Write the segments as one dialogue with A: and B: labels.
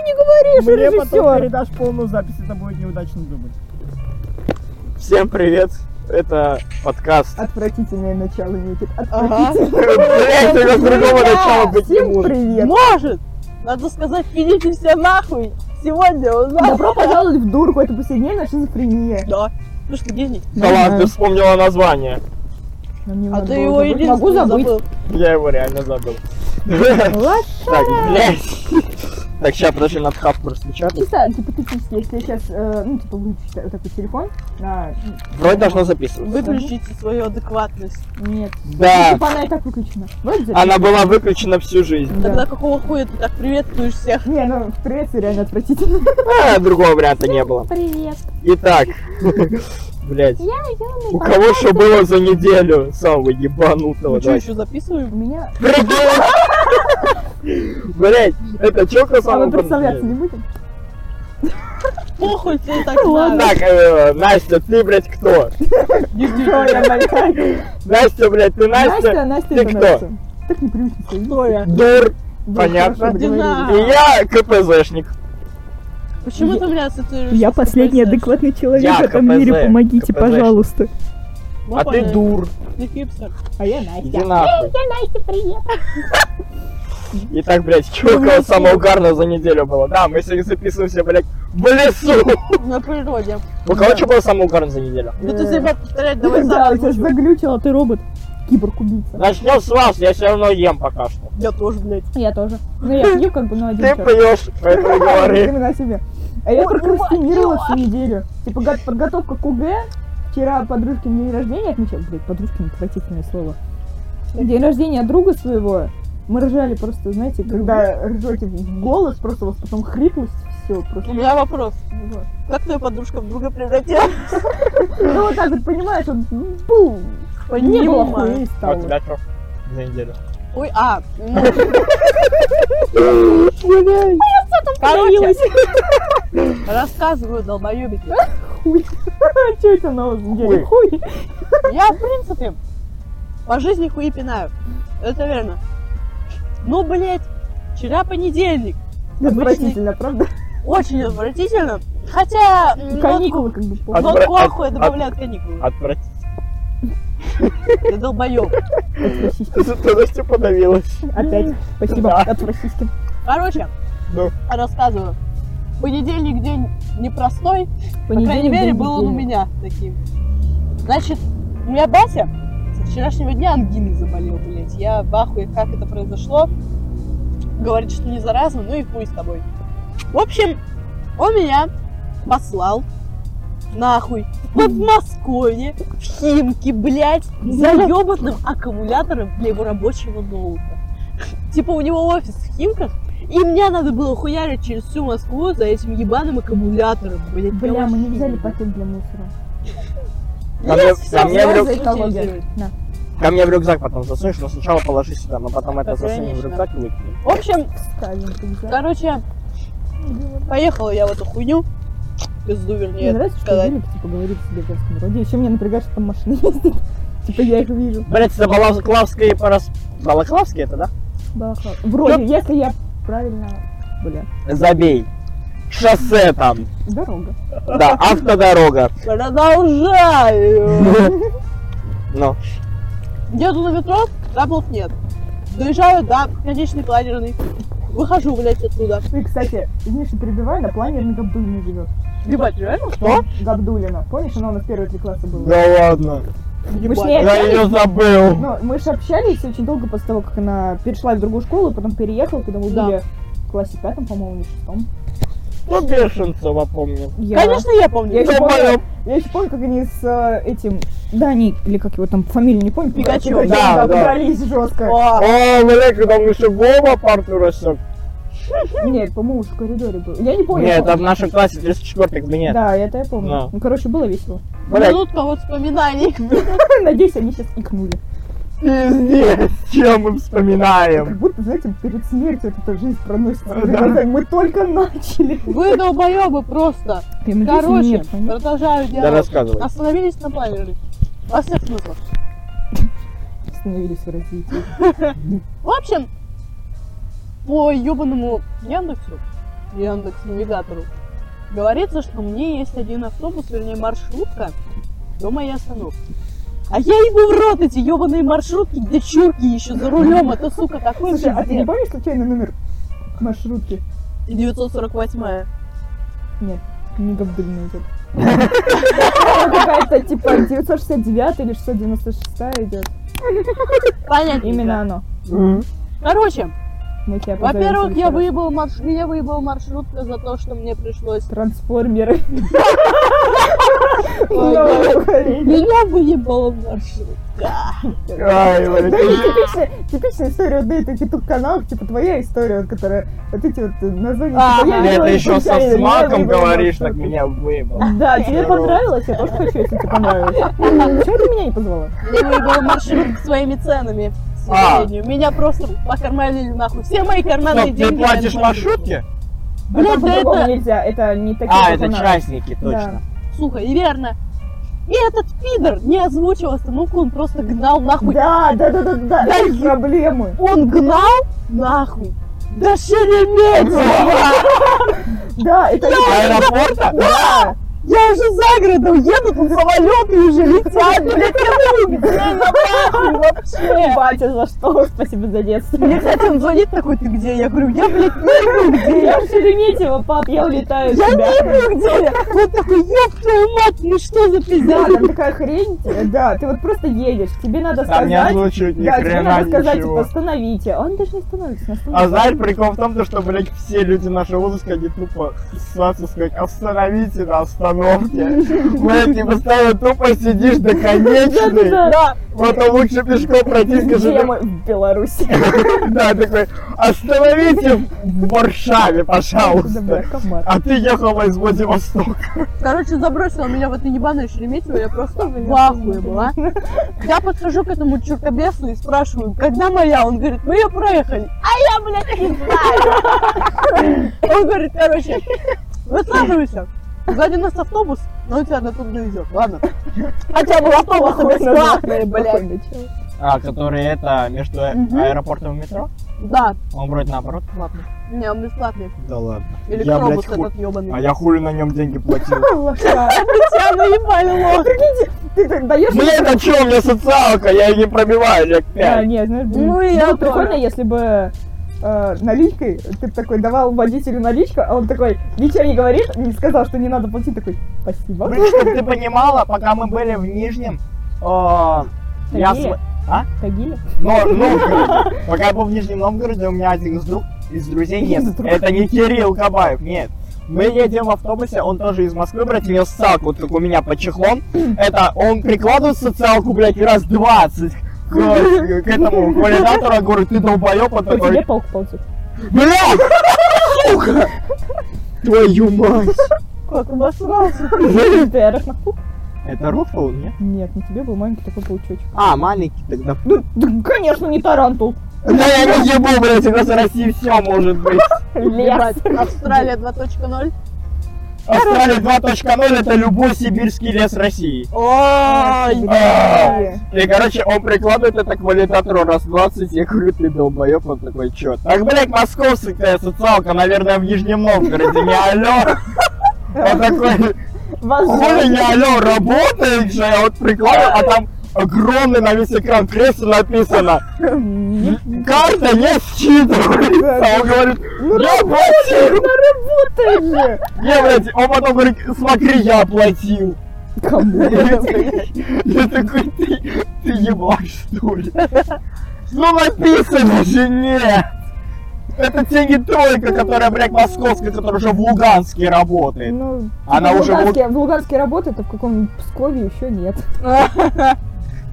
A: же
B: мне потом
A: режиссер.
B: передашь полную запись, это будет неудачный дубль.
C: Всем привет! Это подкаст.
A: Отвратительное начало, Никит.
D: Ага.
C: Блять, только с другого
D: Привет!
C: начала быть не
A: Всем
C: может.
A: привет!
D: Может! Надо сказать, идите все нахуй! Сегодня у нас...
A: Добро пожаловать в дурку, это повседневная шизофрения.
D: Да. Слушай, где здесь?
C: Да ладно, ты вспомнила название.
A: Нам Ну, не
D: А
A: надо
D: ты
A: было
D: его
A: забыть.
D: единственный
A: Могу забыть. Ну,
D: забыл.
C: Я его реально забыл.
A: Лошара.
C: Так, блять. Так, сейчас подожди, надо хавку распечатать.
A: Чисто гипотетически, если я сейчас, ну, типа, выключу вот такой телефон, на...
C: Вроде должно записываться.
D: Выключите свою адекватность.
A: Нет. Ну,
C: Да. А
A: Типа, она и так выключена. Вроде запись.
C: Она была выключена всю жизнь.
A: Да.
D: Тогда какого хуя ты так приветствуешь всех?
A: Не, ну, в приветствии реально отвратительно.
C: А, другого варианта не было.
A: Привет.
C: Итак, блять. У кого что было за неделю самого ебанутого?
D: Мы что,
C: Давай.
D: еще
A: У
D: записываем?
A: меня...
C: Прикинь! Блять, это чё
A: А
C: красава?
A: мы представляться не будем?
D: Похуй тебе так
A: Ладно.
D: надо.
C: Так, э, Настя, ты, блядь, кто?
A: Что я, Настя?
C: Настя, блядь, ты Настя?
A: Настя, Настя,
C: ты
A: это
C: кто?
A: Настя. Так непривычно стоит.
D: Кто я?
C: Дур.
A: Да,
C: Понятно.
A: хорошо,
D: Дина.
A: договорились.
C: И я КПЗшник.
D: Почему
B: Я-
D: ты меня ассоциируешь?
B: Я
D: с
B: последний
D: КПЗ?
B: адекватный человек
C: Я
B: в этом мире,
C: КПЗ,
B: помогите,
C: КПЗ.
B: пожалуйста.
D: Ну,
C: А ты
D: понятно.
C: дур.
D: Ты хипстер.
A: А я
C: Иди
A: Настя.
C: нахуй.
A: Настя, привет.
C: Итак, блядь, чё у кого самое угарное за неделю было? Да, мы сегодня записываемся, блядь, в лесу.
D: На природе.
C: У кого что было самое угарное за неделю?
A: Ну
D: Да ты себя повторять давай
A: Э. Да,
D: сам.
A: у тебя же заглючило, ты робот. Киборг-убийца.
C: Начнем с вас, я все равно ем пока что.
D: Я тоже, блядь.
A: Я тоже. Ну, я пью как бы, но один
C: Ты
A: черт.
C: поешь, поэтому и говори.
A: Именно себе. А я прокрастинировала всю неделю. Типа гад- подготовка к УГ. Вчера подружкин день рождения отмечал. Блять, подружкин отвратительное слово. День рождения друга своего. Мы ржали просто, знаете, когда ржете в голос, просто у вас потом хриплость, все
D: У
A: просто.
D: меня вопрос.
A: Вот.
D: Как твоя подружка в друга превратилась?
A: Ну вот так вот, понимаешь, он бум, не было
D: Понимаю.
A: хуя и
C: А у
A: стало.
C: тебя что за неделю?
D: Ой, а. ну,
C: Блядь.
D: Короче, рассказываю, долбоебики.
A: Че это на вас неделе? Хуй.
D: Я, в принципе, по жизни хуи пинаю. Это верно. Ну, блядь, вчера понедельник.
A: Отвратительно, правда?
D: Очень отвратительно. Хотя... м,
A: Каникулы как бы.
D: Но,
A: помню.
D: но
C: Отвра-
D: похуй
C: от-
D: добавляют каникулы.
C: Отвратительно.
D: Ты долбоеб.
C: Ты Настя подавилась.
A: Опять. Спасибо.
C: Да.
A: От российских.
D: Короче,
C: Ну.
D: рассказываю. Понедельник день непростой, по крайней
A: Понедельник,
D: мере,
A: день
D: был он у
A: недели.
D: меня таким. Значит, у меня батя со вчерашнего дня ангиной заболел, блядь. Я в ахуе, как это произошло. Говорит, что не заразно, ну и хуй с тобой. В общем, он меня послал нахуй в Подмосковье, в Химки, блядь, за ёбаным аккумулятором для его рабочего ноута. Типа у него офис в Химках, и мне надо было хуярить через всю Москву за этим ебаным аккумулятором, блядь. я
A: Бля, мы
D: вообще
A: не взяли
D: люблю.
A: пакет для мусора.
C: Ко мне-
D: всё,
C: ко мне в
D: всё
C: рю-
A: за экологию.
D: утилизировать.
A: Да.
C: ко мне в рюкзак потом засунешь, но сначала положи сюда, но потом это засунем в
D: Конечно.
C: рюкзак и выкинем.
D: В общем,
A: Ставим пиджак.
D: короче, поехала я в эту хуйню. Пизду,
A: Мне
D: вернее,
A: нравится, что
D: сказать.
A: Юлик, типа, говорит себе в женском роде. Еще меня напрягает, что там машины ездят. Типа, я их вижу.
C: Блять, это Балаклавские порос... Балаклавские это, да?
A: Балаклава. Вроде, если я правильно... Бля.
C: Забей. Шоссе там.
A: Дорога.
C: Да, автодорога.
D: Продолжаю.
C: Ну,
D: Еду на метро, работ нет. Доезжаю до конечной планерной. Выхожу, блядь, оттуда.
A: Ну И, кстати, извини, что перебиваю, на плане на Габдулина живет.
D: Ебать, реально?
C: что?
A: Габдулина. Помнишь, она у нас в первые три класса была?
C: Да ладно.
A: Мы с
D: Ебать.
A: ней
C: Я ее забыл.
A: Ну, мы же общались очень долго после того, как она перешла в другую школу, потом переехала, когда мы
D: Да.
A: были в классе пятом, по-моему, или шестом.
C: Ну, Бешенцева помню.
A: Я-
D: Конечно, я помню.
A: Я еще
C: Долбоёб.
A: помню, я ещё помню, как они с э, этим Даней, или как его там фамилию, не помню.
D: Пикачу.
C: Да, да.
A: дрались жестко.
D: О,
C: О, бля, когда мы еще Боба парту рассек.
A: Нет, по-моему, уж в коридоре был. Я не помню.
C: Нет,
A: кто-
C: это в нашем классе 34 кабинет.
A: Да, это я помню.
C: Да.
A: Ну, короче, было весело.
C: Блять,
D: Минутка вот воспоминаний.
A: Надеюсь, они сейчас икнули.
C: пиздец, чем мы вспоминаем.
A: Как будто, знаете, перед смертью вот эта жизнь проносится. перед
C: Да.
A: глазами. Мы только начали.
D: Вы долбоебы просто.
A: Я надеюсь, они
D: Короче,
A: Ну, нет, понятно?
D: продолжаю
C: Да
D: диалог.
C: рассказывай.
D: Остановились на планерной. Во всех смыслах.
A: Становились в развитии.
D: В общем, по ебаному Яндексу Яндекс навигатору. Говорится, что мне есть один автобус, вернее маршрутка до моей остановки. А я ему в рот эти ебаные маршрутки, где чурки еще за рулем, это сука такой
A: Слушай, а ты не
D: пиздец.
A: помнишь случайно номер маршрутки?
D: 948
A: Книга вдыльная идет. Какая-то типа 969 или 696 идет.
D: Понятно.
A: Именно оно.
D: Короче,
A: Мы тебя позовем
D: во-первых,
A: следующий
D: я
A: раз.
D: выебал марш... меня выебал маршрутка за то, что мне пришлось
A: Трансформеры.
D: Ой,
A: Новое поколение.
D: Меня выебало в маршрут.
C: Ай, блядь.
A: Да, и типичная, типичная история вот на этих ютуб-каналах, типа твоя история, вот, которая вот эти вот названия.
D: А,
A: типа, я
C: Ты
A: видела
C: это
A: эту
C: еще со
A: историю, я
C: смаком
A: видела
C: говоришь, так
A: маршрутку.
C: меня выебал.
A: Да, тебе понравилось, я тоже хочу, если тебе понравилось. Почему ты меня не позвала?
D: Меня выебало маршрут своими ценами. К сожалению. Меня просто покормили нахуй. Все мои карманные
C: Что,
D: деньги.
C: Ну, ты платишь
D: на маршрутку.
C: маршрутки?
D: Блядь,
A: Блять,
D: да это...
A: нельзя, это не такие
C: А, это
A: каналы.
C: частники,
A: Да.
C: точно.
D: Сука, и верно. И этот пидор не озвучил остановку, он просто гнал нахуй.
A: Да, да, да, да, да,
D: Да,
A: это
D: и-
A: проблемы.
D: Он гнал нахуй. Да Шереметьево!
A: Да, это
C: До Аэропорта?
A: Да,
D: Я уже за городом еду, тут самолеты уже летят, блядь, я думаю, где я нахуй вообще?
A: батя, за что? Спасибо за детство.
D: Мне, кстати, он звонит такой, ты где? Я говорю, я, блядь, не знаю, где я.
A: Я в Шереметьево, пап, я улетаю от
D: Я
A: тебя.
D: не знаю, где я. Он такой, ёб твою мать, ну что за
A: Да,
D: пиздец?
A: там такая хрень, э, да, ты вот просто едешь, тебе надо
C: Там
A: сказать,
C: не озвучивают А ни
A: да, тебе
C: хрена
A: надо сказать, типа,
C: ничего.
A: остановите, он даже не остановится, он
C: А
A: остановится.
C: знаешь, прикол в том, то, что, блядь, все люди нашего возраста, они тупо ссаться, сказать, остановите на остановке. Блядь, ты постоянно тупо сидишь до конечной.
D: Да,
C: Потом лучше пешком пройти, скажи,
A: Где мы в Беларуси?
C: да, такой, остановите в Варшаве,
A: Да, бля,
C: пожалуйста.
A: комар.
C: А ты ехала из Владивостока.
D: короче, забросила меня в это ебаное Шереметьево, я просто в ахуе была. Я подхожу к этому чуркобесу и спрашиваю, когда моя? Он говорит, мы ее проехали. А я, блядь, не знаю. Он говорит, короче, высаживайся. Сзади нас автобус, но он тебя до тут довезет. Ладно. Хотя бы автобусы бесплатные, блядь.
A: Спокойно, чел.
C: А, который это, между
D: Мгм.
C: аэропортом и метро?
D: Да,
C: Он вроде наоборот.
D: ладно. Не, он бесплатный.
C: Да ладно.
D: Электробус
C: блядь, хуй.
D: этот ебаный.
C: А я хули на нем деньги платил.
A: Лоха.
D: тебя наебали, лох.
A: А Прикиньте, ты так даешь...
C: Мне это что, у меня социалка, я ее не пробиваю лет
A: Да,
C: 5.
A: нет, знаешь,
D: Ну, и
A: было
D: я
A: бы прикольно,
D: тоже.
A: если бы э, наличкой, ты б такой давал водителю наличку, а он такой ничего не говорит, не сказал, что не надо платить, такой, спасибо.
C: Блин, чтобы ты понимала, пока мы были в Нижнем, а, я...
A: Тагиле?
C: см- А?
A: Тагиле?
C: Но, ну, пока я был в Нижнем Новгороде, у меня один из, друг, из друзей нет.
A: Из друг.
C: Это не Кирилл Кабаев, нет. Мы едем в автобусе, он тоже из Москвы, брать, у него социалка, вот как у меня под чехлом. Это он прикладывает социалку, блядь, раз 20 к, к этому валидатору, я говорю, ты долбоёб,
A: По
C: он
A: тебе
C: такой,
A: паук ползет.
C: блядь, сука, твою мать.
D: Как обосрался.
A: Ты орешь на паук?
C: Это Руфл, нет?
A: Нет, на тебе был маленький такой паучочек.
C: А, маленький тогда.
A: Ну, да, конечно, не тарантул.
C: Да я не ебу, блядь, у нас в России все может быть.
A: Лес.
D: Ебать, Австралия 2.0.
C: Австралия 2.0 это любой сибирский лес России.
D: Ой,
C: А. И, короче, он прикладывает это к валидатору раз 20, я говорю, ты долбоёб, он такой, чё? Так, блядь, московский твоя социалка, наверное, в Нижнем Новгороде, не алё. Он такой, хули не
A: Возможно.
C: алё, работает же, я вот прикладываю, а там огромный на весь экран кресло написано «Карта не считывается!» Он говорит «Я платил!»
A: Ты же.
C: Не, блядь, он потом говорит «Смотри, я платил!»
A: Кому? Ну,
C: Я такой, ты, ты ебашь, что ли? Ну написано же, нет! Это те не тройка, которая, блядь, московская, которая уже в Луганске работает.
A: Ну,
C: Она
A: в
C: уже в Луг-
A: Луганске, в Луганске работает, а в каком Пскове еще нет.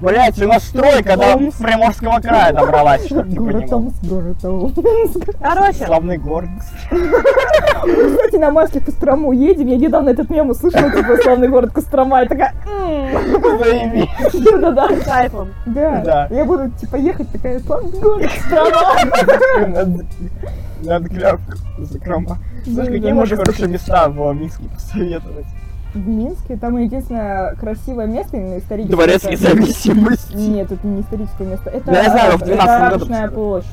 C: Блядь, у нас тройка до Приморского края добралась, чтоб ты
A: Город а
C: понимал.
A: Томск, город Томск.
D: Короче,
C: Славный город.
A: Кстати, на Машке в Кострому едем. Я недавно этот мем услышала, типа, славный город Кострома. Я такая,
C: Заебись.
A: да-да-да.
D: с кайфом.
A: Да.
C: Да.
A: Я буду, типа, ехать такая, славный город Кострома.
C: Надо- Надо клявку закрома.
A: Ну,
C: Знаешь, какие можешь хорошие места в Минске посоветовать?
A: В Минске, там единственное красивое место, именно историческое.
C: Дворец
A: это-
C: независимости.
A: Нет, это не историческое место. Это,
C: Да, я знаю,
A: э,
C: в
A: это
C: 12 году
A: Арбатная
C: посмотрел.
A: площадь.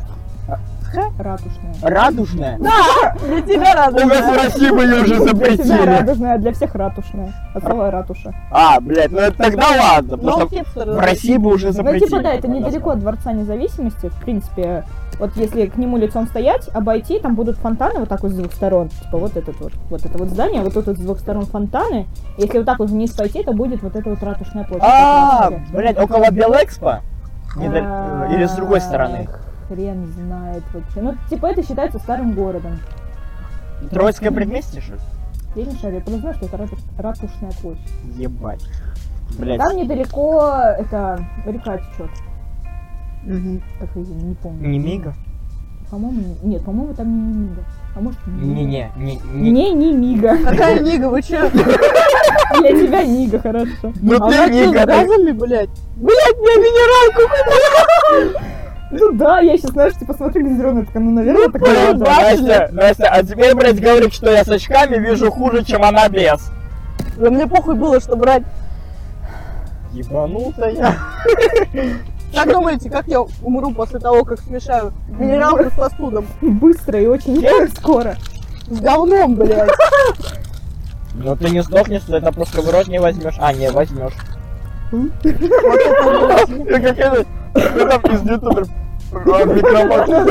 D: Ха?
A: Ратушная.
C: Радужная?
D: Для тебя
C: У нас в
D: радужная.
C: России мы ее уже
A: Для тебя
C: запретили.
A: радужная, а для всех ратушная. От слова ратуша.
C: А, блядь, ну это тогда
D: Но
C: ладно, потому что в России бы уже
A: Ну,
C: запретили.
A: типа, да, это недалеко от Дворца Независимости, в принципе. Вот если к нему лицом стоять, обойти, там будут фонтаны вот так вот с двух сторон. Типа вот этот вот, вот это вот здание, вот тут вот с двух сторон фонтаны. Если вот так вот вниз пойти, то будет вот эта вот ратушная площадь.
C: А,
A: как раз таки.
C: блядь, около Белэкспо? Недал-
A: А,
C: Или с другой стороны?
A: Хрен знает вообще. Ну, типа, это считается старым городом.
C: Троицкое предместье, что ли?
A: Я не шарю, я просто знаю, что это рату- ратушная площадь.
C: Ебать. Блядь.
A: Там недалеко, это, река течет.
C: Мгм.
A: Как ее, не помню.
C: Не мига?
A: По-моему, не- нет, по-моему, там не Немига. А может, и Немига.
C: Не-не, не, не.
A: Не, не Мига.
D: Какая Мига, вы че?
A: Для тебя Мига, хорошо.
C: Ну
D: А у
C: ты
D: нас тут
C: мига, ты
D: газами, блядь. Блядь, я минералку
A: Ну да, я сейчас, знаешь, типа смотрю зеленый, такая, ну, наверное, такая
C: Блин,
A: вода.
C: Настя, Настя, а теперь, блядь, говорит, что я с очками вижу хуже, чем она без.
D: Да мне похуй было, что брать.
C: Ебанутая.
D: Как думаете, как я умру после того, как смешаю минералку с сосудом?
A: Быстро и очень скоро.
D: С говном, блядь.
C: Ну ты не сдохнешь, ты это просто в рот не возьмешь. А, не, возьмешь.
D: Вот это вот.
C: Ты там из ютуба микрофон.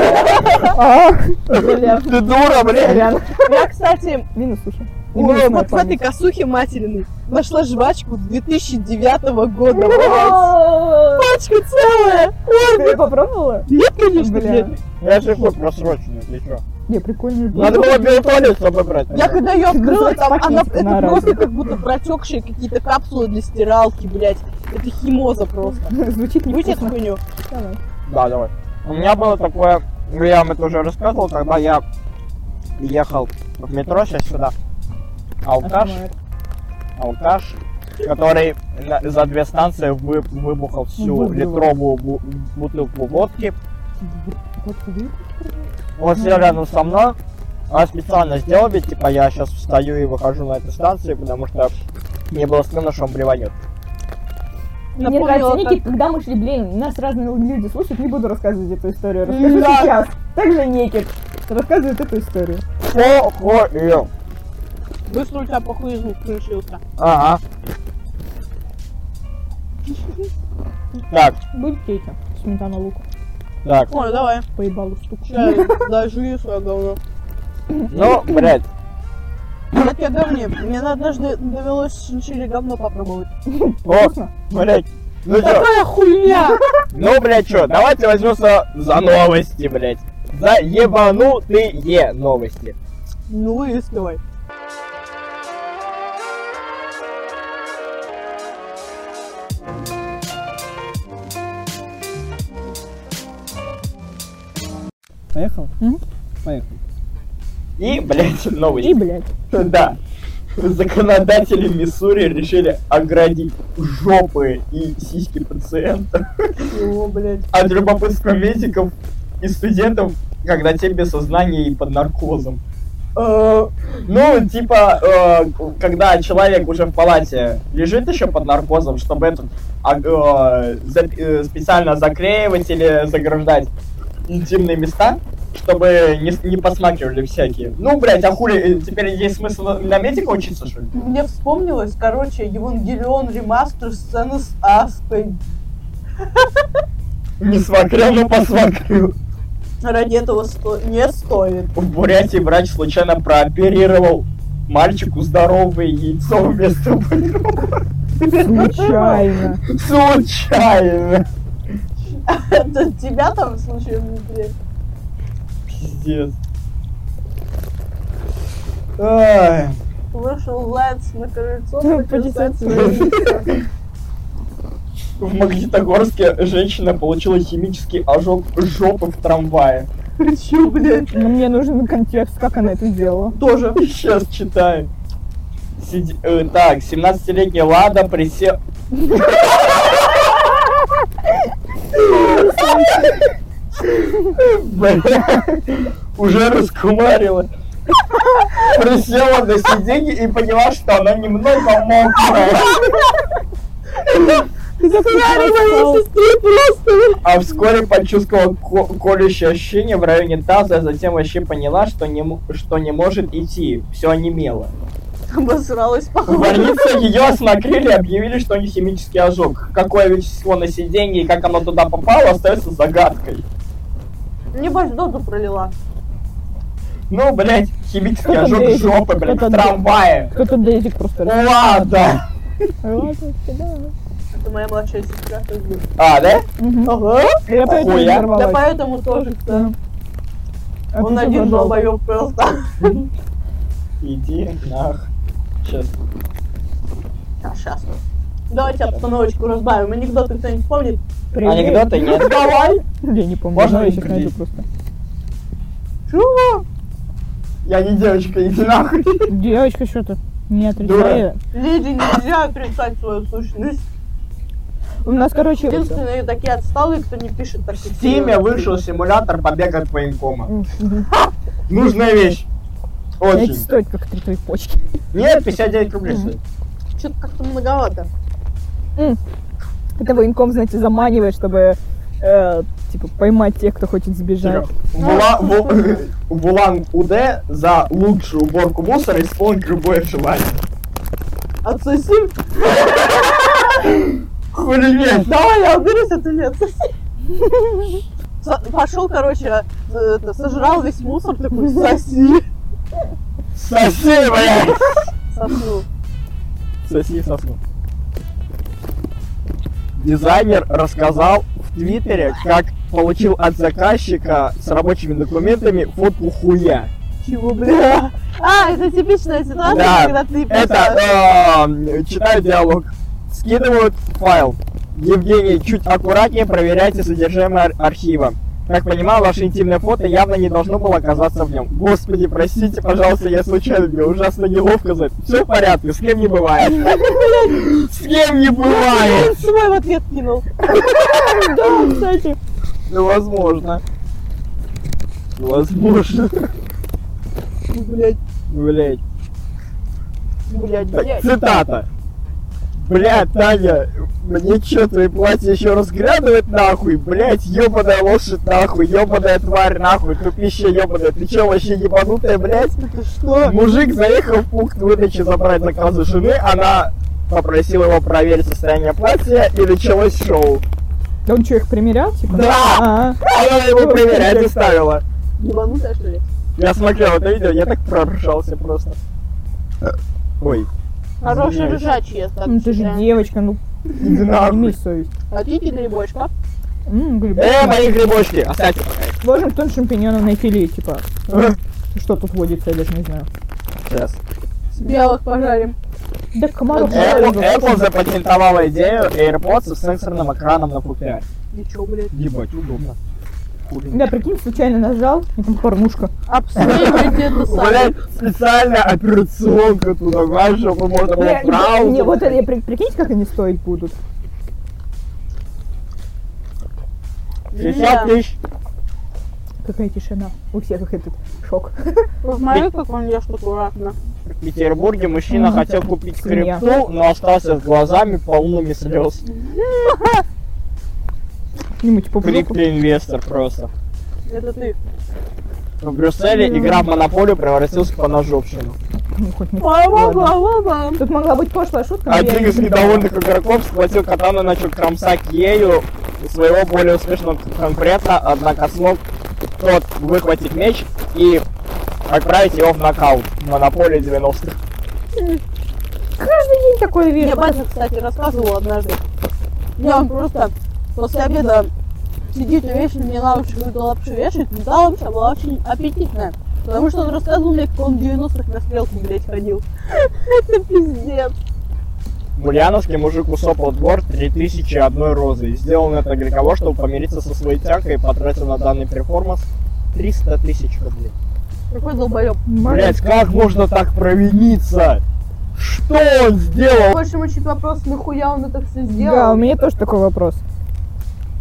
A: А, бля,
C: Ты дура, блядь.
A: реально.
D: Я, кстати,
A: Минус, слушай.
D: Ой, вот в этой косухе материной нашла жвачку 2009 года, блядь. Пачка целая!
A: Ты попробовала?
D: Нет, конечно,
A: Бля.
D: блядь.
C: Я же хоть просроченную, ты чё?
A: Не, прикольный был.
C: Надо было биотуалет с собой брать.
D: Я когда ее открыла, там
A: Называется
D: она,
A: пакетик на
D: это
A: раз.
D: просто как будто протекшие какие-то капсулы для стиралки, блядь. Это химоза просто.
A: Звучит
D: Будете эту
A: невкусно.
D: хуйню?
A: Давай.
C: Да, давай. У меня было такое, ну, я вам это уже рассказывал, когда я ехал в метро сейчас сюда. А Алкаш,
A: Отжимает.
C: алкаш, который на- за две станции вы- выбухал всю
A: Выбил.
C: литровую бу- бутылку водки.
A: Вот, видишь?
C: Он сел рядом со мной. Он специально сделал, ведь типа я сейчас встаю и выхожу на эту станцию, потому что мне было стыдно, что он блеванет.
A: Мне
D: Напомнила,
A: нравится,
D: как-
A: Никит, когда мы шли, блин, нас разные люди слушают, не буду рассказывать эту историю. Расскажу
C: Да.
A: сейчас. Также Никит рассказывает эту историю.
C: Похуй.
D: Быстро у тебя похуизм включился.
C: Ага. Так,
A: Будет кейка, сметана, лук,
C: так.
D: Ой, давай.
A: поебалу штуку. Ну,
D: Сейчас дожуй свое говно.
C: Ну, блядь.
D: Я тебе говне. Мне однажды довелось шиншиле говно попробовать.
C: О,
A: Вкусно?
C: блядь. Ну чё,
D: Какая хуйня!
C: ну, блядь, чё, давайте возьмемся за новости, блядь. За ебанутые новости.
D: Ну, выискивай.
B: Поехал?
A: Мгм.
B: Поехал.
C: И, блядь,
A: И,
C: новости.
A: блядь.
C: Да. Законодатели Миссури решили оградить жопы и сиськи пациентов
D: Чего, блядь?
C: от любопытства медиков и студентов, когда те без сознания и под наркозом. Э, Ну, типа, э, когда человек уже в палате лежит еще под наркозом, чтобы этот а, э, за- э, специально заклеивать или заграждать интимные места, чтобы не, с- не посматривали всякие. Ну, блядь, а хули, э, теперь есть смысл на медика учиться, что ли?
D: Мне вспомнилось, короче, Евангелион ремастер сцены с Аспой.
C: Не смотрел, но посмотрел.
D: Ради этого сто... не стоит.
C: В Бурятии врач случайно прооперировал мальчику здоровое яйцо вместо больного.
A: Случайно.
C: Случайно.
D: Это тебя там случаем внутри?
C: Пиздец. Ай.
D: Вышел Лэнс на крыльцо,
A: Ну,
D: почесать свои
A: почесать
D: яйца.
C: В Магнитогорске женщина получила химический ожог жопы в трамвае.
D: Чё, блядь?
A: Но Ну, мне нужен контекст, как она это сделала.
D: Тоже.
C: Сейчас читаю. Сиди- э, так, 17-летняя Лада присел... Бля, Уже раскумарила. Присела на сиденье и поняла, что она немного мокрая.
A: Ты как попал?
C: А вскоре почувствовал ко- колющее ощущение в районе таза, а затем вообще поняла, что не, м- что не может идти. Все онемело.
D: Обосралась,
C: В
D: похоже.
C: больнице ее осмотрели и объявили, что у нее химический ожог. Какое вещество на сиденье и как оно туда попало, остается загадкой.
D: Небось, Доду пролила.
C: Ну, блять, химический
A: Как он
C: ожог
A: бесит,
C: жопы, блядь,
A: как
C: в
A: он
C: трамвае.
A: Кто-то Дейзик просто раз.
C: Ладно.
A: Лапочки, да.
D: Это моя младшая сестра. то есть, ну,
C: А, да?
A: Мгм.
D: Ага.
A: Я поэтому
C: Охуя.
A: не
D: Да
A: взорвалась.
D: поэтому тоже. да.
A: Да. А
D: Он
A: ты чё
D: один
A: продолжил?
D: долбоёб просто.
C: Иди нах. Сейчас.
D: А, сейчас. Давайте обстановочку разбавим. Анекдоты кто-нибудь помнит?
A: Привет.
C: Анекдоты нет. Давай.
A: Я не помню.
C: Можно
A: Можно я сейчас
C: анекдот?
A: найду просто.
D: Чего?
C: Я не девочка, иди нахуй.
A: Девочка что-то не
C: Дура.
A: отрицает.
D: Леди нельзя отрицать свою сущность.
A: У нас, короче,
D: Единственные такие отсталые, кто не пишет так.
C: В Стиме вышел симулятор побега от военкома.
A: мгм.
C: Нужная вещь.
A: эти
C: Очень.
A: стоят как три твои почки.
C: Нет, 59 рублей
A: Мгм.
C: стоит.
D: Что-то как-то многовато.
A: Это военком, знаете, заманивает, чтобы э, типа поймать тех, кто хочет сбежать.
C: В Улан Удэ за лучшую уборку мусора исполнить любое желание.
D: Отсоси.
C: Хули блядь.
D: Давай, я уберусь, а ты не отсоси. Пошел, короче, э, это, сожрал весь мусор, такой, соси.
C: Соси, блядь.
D: Сосу.
C: Соси сосну. Дизайнер рассказал в Твиттере, как получил от заказчика с рабочими документами фотку хуя.
D: Чего, бля? А, это типичная ситуация,
C: Да,
D: когда ты просто-
C: Это, эм, читаю диалог. Скидывают файл. Евгений, чуть аккуратнее проверяйте содержимое ар- архива. Как понимаю, ваше интимное фото явно не должно было оказаться в нем. Господи, простите, пожалуйста, я случайно, мне ужасно неловко за Все в порядке, с кем не бывает. С кем не бывает.
D: Блин, свой в ответ кинул.
A: Да, кстати.
C: Ну, возможно. Возможно.
D: Блять,
C: Блять.
D: блять,
C: Так,
D: блять.
C: цитата. Бля, Таня, мне чё, твои платья еще разглядывать нахуй? Блять, ёбаная лошадь нахуй, ёбаная тварь нахуй, тупища ёбаная, ты чё вообще ебанутая, блять?
D: Это что?
C: Мужик заехал в пункт выдачи забрать заказы жены, она попросила его проверить состояние платья и началось шоу.
A: Да он что, их примерял? Типа?
C: Да!
A: А,
C: Она его проверять не ставила.
D: Ебанутая, что ли?
C: Я смотрел это видео, я так проржался просто. Э, Ой,
D: Хороший
C: Извиняюсь.
D: ржачий я так
A: ну ты же
D: считаю. А
A: девочка, ну
C: иди
A: имей
C: нахуй.
A: совесть.
D: Хотите грибочка?
A: М, грибы.
C: Э, мои грибочки, оставьте пока.
A: Можем тон шампиньонов на филе, типа. Что тут водится, я даже не знаю.
C: Сейчас.
D: С белых пожарим.
A: Да комаров
C: Э, Apple,
A: много.
C: Apple запатентовала идею AirPods с сенсорным экраном на футляре.
D: Ничего, блять.
C: Ебать, удобно. Хули.
A: Да, прикинь, случайно нажал, и там порнушка.
D: Обследуйте это сами.
C: Блять, специальная операционка туда, знаешь, чтобы можно было
A: Бля,
C: браузер.
A: Не, вот это, я при- прикиньте, как они стоить будут.
C: 60 тысяч.
A: Какая тишина. У всех их этот шок.
D: В мою как он ешь аккуратно.
C: В Петербурге мужчина
A: Мгм.
C: хотел купить
A: Свинья.
C: крипту, но остался с глазами полными слез.
A: Ему типа в руку.
C: Криптоинвестор просто.
D: Это ты.
C: В Брюсселе игра в монополию превратилась в поножовщину.
A: Ну, хоть не- Ладно.
D: Бла-бла-бла-бла-бла.
A: Тут могла быть пошлая шутка, но А я
C: Один
A: не
C: из
A: придумала.
C: недовольных игроков схватил катану и начал кромсать ею своего более успешного конкурента, однако смог тот выхватить меч и отправить его в нокаут в монополии 90-х.
A: Каждый день такое
D: Мне
A: вижу.
D: батя, кстати, рассказывал однажды. Я он просто после обеда сидит и вечно мне на уши какую-то лапшу вешает. Но та лапша была очень аппетитная. Потому что он рассказывал мне, как он в 90-х на стрелку, блядь, ходил. Это пиздец.
C: В Ульяновске мужик усопал двор 3000 одной розы. И сделал это для того, чтобы помириться со своей тякой и потратил на данный перформанс 300 тысяч рублей.
D: Какой долбоеб.
A: Блядь.
C: Блять, как можно так провиниться? Что он сделал?
D: Больше мучить вопрос, нахуя он это все сделал.
A: Да, у меня тоже такой вопрос.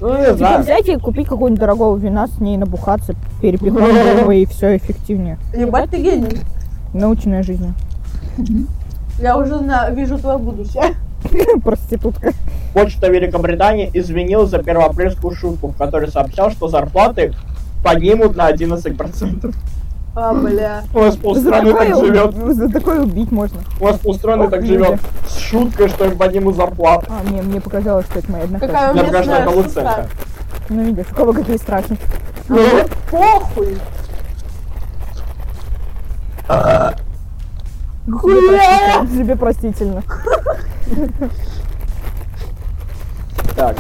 C: Ну, не
A: Типа
C: знаю.
A: взять и купить какого-нибудь дорогого вина, с ней набухаться, перепихнуть головы и все эффективнее.
D: Ебать ты гений.
A: Научная жизнь.
D: Я уже знаю, вижу твое будущее.
A: Проститутка.
C: Почта Великобритании извинилась за первоапрельскую шутку, в которой сообщал, что зарплаты поднимут на 11%.
D: А, бля.
C: У нас полстраны Ну, так живет.
A: уб- за такое убить можно.
C: У нас полстраны так живет. С шуткой, что им поднимут зарплату.
A: А, мне, мне показалось, что это моя одноклассница.
D: Какая
C: Я пока что
D: уместная
C: это
D: Ну, шутка.
C: Луценко.
A: Ну видишь, у кого какие страшные.
C: Ну,
D: А, Похуй.
A: Тебе простительно. Тебе простительно.
C: Так.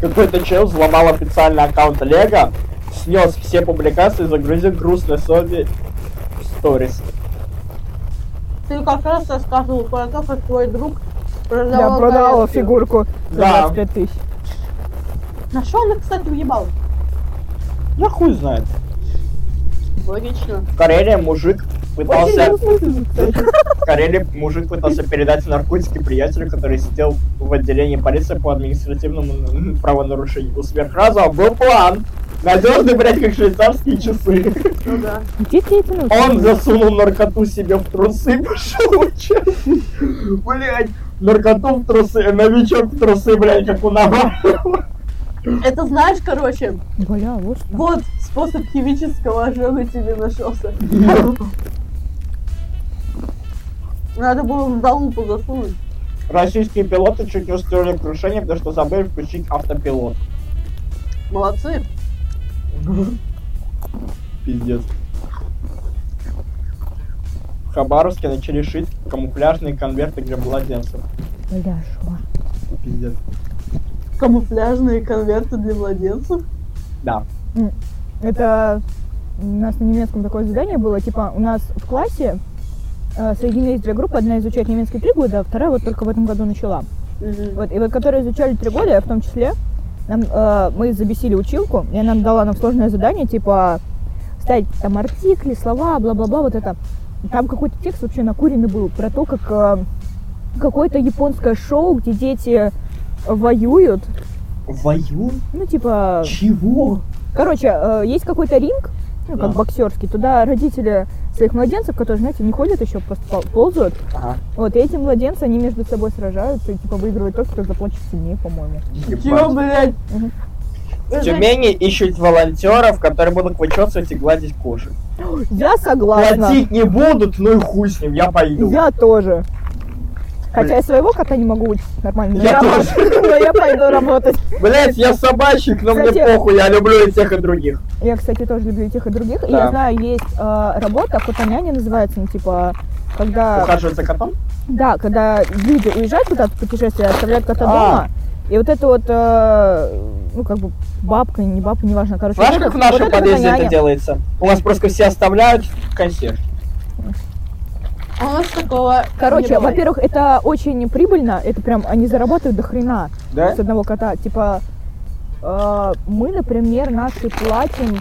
C: Какой-то чел взломал официальный аккаунт Лего, снес все публикации и загрузил грустной соби в сторис.
D: Ты как раз рассказывал про то, как твой друг продавал
A: Я продала
D: коляску.
A: фигурку за
C: Да.
A: 25 тысяч.
D: На что она, кстати, уебал?
C: Я хуй знает.
D: Логично.
C: В Карелии мужик пытался...
A: Очень вкусно.
C: В Карелии мужик пытался передать наркотики приятелю, который сидел в отделении полиции по административному правонарушению. У сверхразума был план. Надежный, блядь, как швейцарские часы.
D: Ну да.
A: Где ты это научилась?
C: Он засунул наркоту себе в трусы и пошел участвовать. Блять, наркоту в трусы, э, новичок в трусы, блять, как у Наварова.
D: Это знаешь, короче,
A: Бля, вот что.
D: вот способ химического ожога тебе нашелся. Надо было в залупу засунуть.
C: Российские пилоты чуть не устроили крушение, потому что забыли включить автопилот.
D: Молодцы.
C: Пиздец. В Хабаровске начали шить камуфляжные конверты для младенцев.
A: Бля, шо.
C: Пиздец.
D: Камуфляжные конверты для младенцев.
C: Да.
A: Это у нас на немецком такое задание было, типа у нас в классе э, соединились две группы, одна изучает немецкий три года, а вторая вот только в этом году начала. Вот, и вот которые изучали три года, я в том числе, нам, э, мы забесили училку, и она дала нам сложное задание, типа ставить там артикли, слова, бла-бла-бла, вот это. И Там какой-то текст вообще накуренный был про то, как э, какое-то японское шоу, где дети воюют.
C: Вою?
A: Ну, типа,
C: Чего?
A: короче, э, есть какой-то ринг, ну, как
C: Да.
A: боксерский, туда родители своих младенцев, которые, знаете, не ходят еще, просто пол- ползают.
C: Ага.
A: Вот, и эти младенцы, они между собой сражаются, и, типа, выигрывают тот, кто заплачет сильнее, по-моему.
D: Чего, блядь?
A: Мгм.
D: Вы
C: В
D: знаете,
C: Тюмени ищут волонтеров, которые будут вычесывать и гладить кожу.
A: Я согласна.
C: Платить не будут, ну и хуй с ним, я пойду.
A: Я тоже. Хотя я своего кота не могу учить нормально.
C: Я
A: но
C: тоже.
A: раб- Но я пойду работать.
C: Блять, я собачник, но мне
A: Кстати-
C: похуй, я люблю и тех, и других.
A: Я, кстати, тоже люблю и тех и других. И
C: Да.
A: я знаю, есть э, работа, котоняня называется, ну, типа, когда...
C: Ухаживать за котом?
A: Да, когда люди уезжают куда-то в путешествие, оставляют кота
C: А.
A: дома. И вот это вот, э, ну, как бы, бабка, не бабка, неважно, короче.
C: Знаешь,
A: вот
C: как в
A: это-
C: нашем
A: вот это
C: подъезде это
A: коняня.
C: делается? У нас просто все оставляют консьерж.
D: а У нас такого не
A: Короче,
D: бывает.
A: во-первых, это очень прибыльно, это прям, они зарабатывают до хрена.
C: Да?
A: с одного кота. Типа, э, мы, например, наши платим,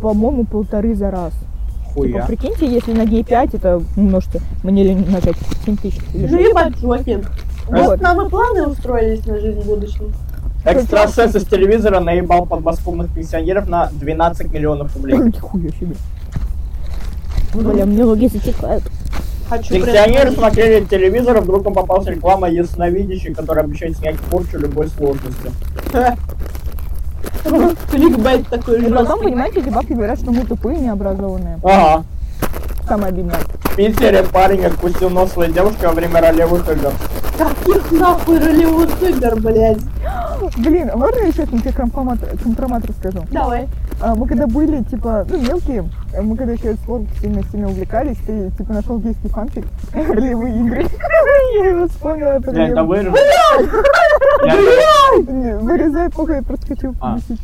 A: по-моему, полторы за раз. Типа,
C: Хуя.
A: прикиньте, если на ней 5, это умножьте, мне лень умножать, 7 тысяч. или
D: Ну
A: шесть.
D: ебать, чуваки. Вот
A: Вот.
D: нам и планы устроились на жизнь будущую.
C: Экстрасенс из телевизора наебал подмосковных пенсионеров на 12 миллионов рублей.
A: Нихуя себе. Бля, мне ноги затекают.
D: Хочу прям-
C: Пенсионеры смотрели телевизор, а вдруг им попалась реклама ясновидящей, которая обещает снять порчу любой сложности.
D: Кликбейт такой
A: И Ну, потом,
D: жесткий.
A: понимаете, эти бабки говорят, что мы тупые, необразованные.
C: Ага.
A: Самое обидное.
C: В Питере парень откусил нос своей девушки во время ролевых игр.
D: Каких нахуй ролевых игр, блядь?
A: Блин, а можно еще один тебе компромат, компромат расскажу?
D: Давай.
A: А, мы когда были, типа, ну, мелкие, э, мы когда еще спортом сильно-сильно увлекались, ты, типа, нашел гейский фанфик, ролевые игры. Я его вспомнила. это
C: Я
A: мне-
C: это вырежу. Я это-
A: Не, Вырезай, похуй, я просто хочу
C: А.
A: побесить.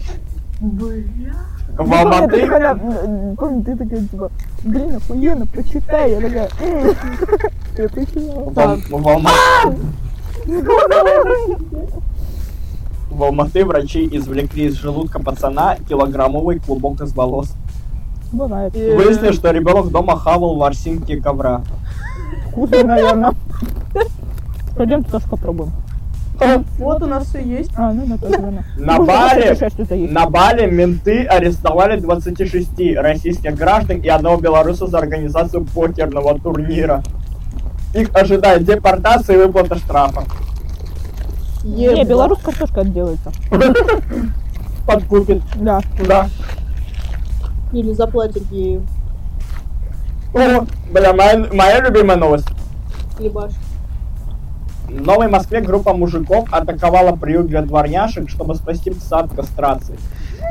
D: Бля.
C: В
A: Ну, помню, ты
C: Алматы
A: такая, м, м, Помню, ты такая, типа, блин, охуенно, прочитай. Я такая, «М». я прочитала.
C: В Ал- в Алма- В Алматы врачи извлекли из желудка пацана килограммовый клубок из волос.
A: Бывает.
D: Э,
C: Выяснили, Ну, что ребенок дома хавал ворсинки ковра.
A: Вкусно, наверное. Пойдем тоже попробуем.
D: Вот у нас все есть.
A: А, ну, да, тоже верно.
C: На
A: Ну,
C: баре-
A: вообще, что-то есть.
C: На Бали менты арестовали 26 российских граждан и одного белоруса за организацию покерного турнира. Их ожидает депортация и выплата штрафа.
D: Ебать.
A: Не, белорус картошка отделается.
C: Подкупит,
A: Да.
C: да.
D: Или заплатит ей
C: О, бля, моя, моя любимая новость.
D: хлебаш.
C: В Новой Москве группа мужиков атаковала приют для дворняшек, чтобы спасти пса от кастрации.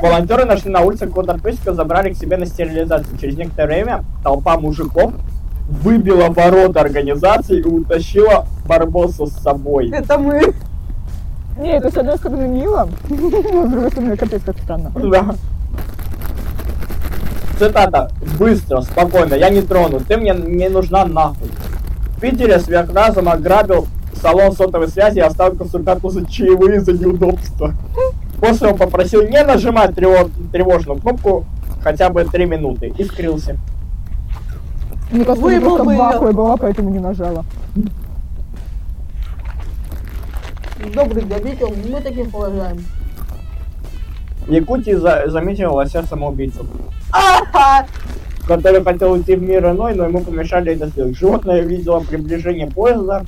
C: Волонтеры нашли на улице какого-то песика, забрали к себе на стерилизацию. Через некоторое время толпа мужиков выбила ворота организации и утащила Барбоса с собой.
D: Это мы.
A: Не, это с одной стороны мило, но с другой стороны капец как странно.
C: Да. Цитата. Быстро, спокойно, я не трону. Ты мне не нужна нахуй. В Питере сверхразом ограбил салон сотовой связи и оставил консультанту за чаевые за неудобства. После он попросил не нажимать трево- тревожную кнопку хотя бы три минуты и скрылся.
A: Мне кажется, я
D: Выебал
A: просто в
D: бы её.
A: ахуе была, поэтому не нажала.
D: Добрый грабитель, мы таких уважаем.
C: В Якутии за- заметили лося самоубийцу,
D: Ага!
C: который хотел уйти в мир иной, но ему помешали это сделать. Животное видело приближение поезда,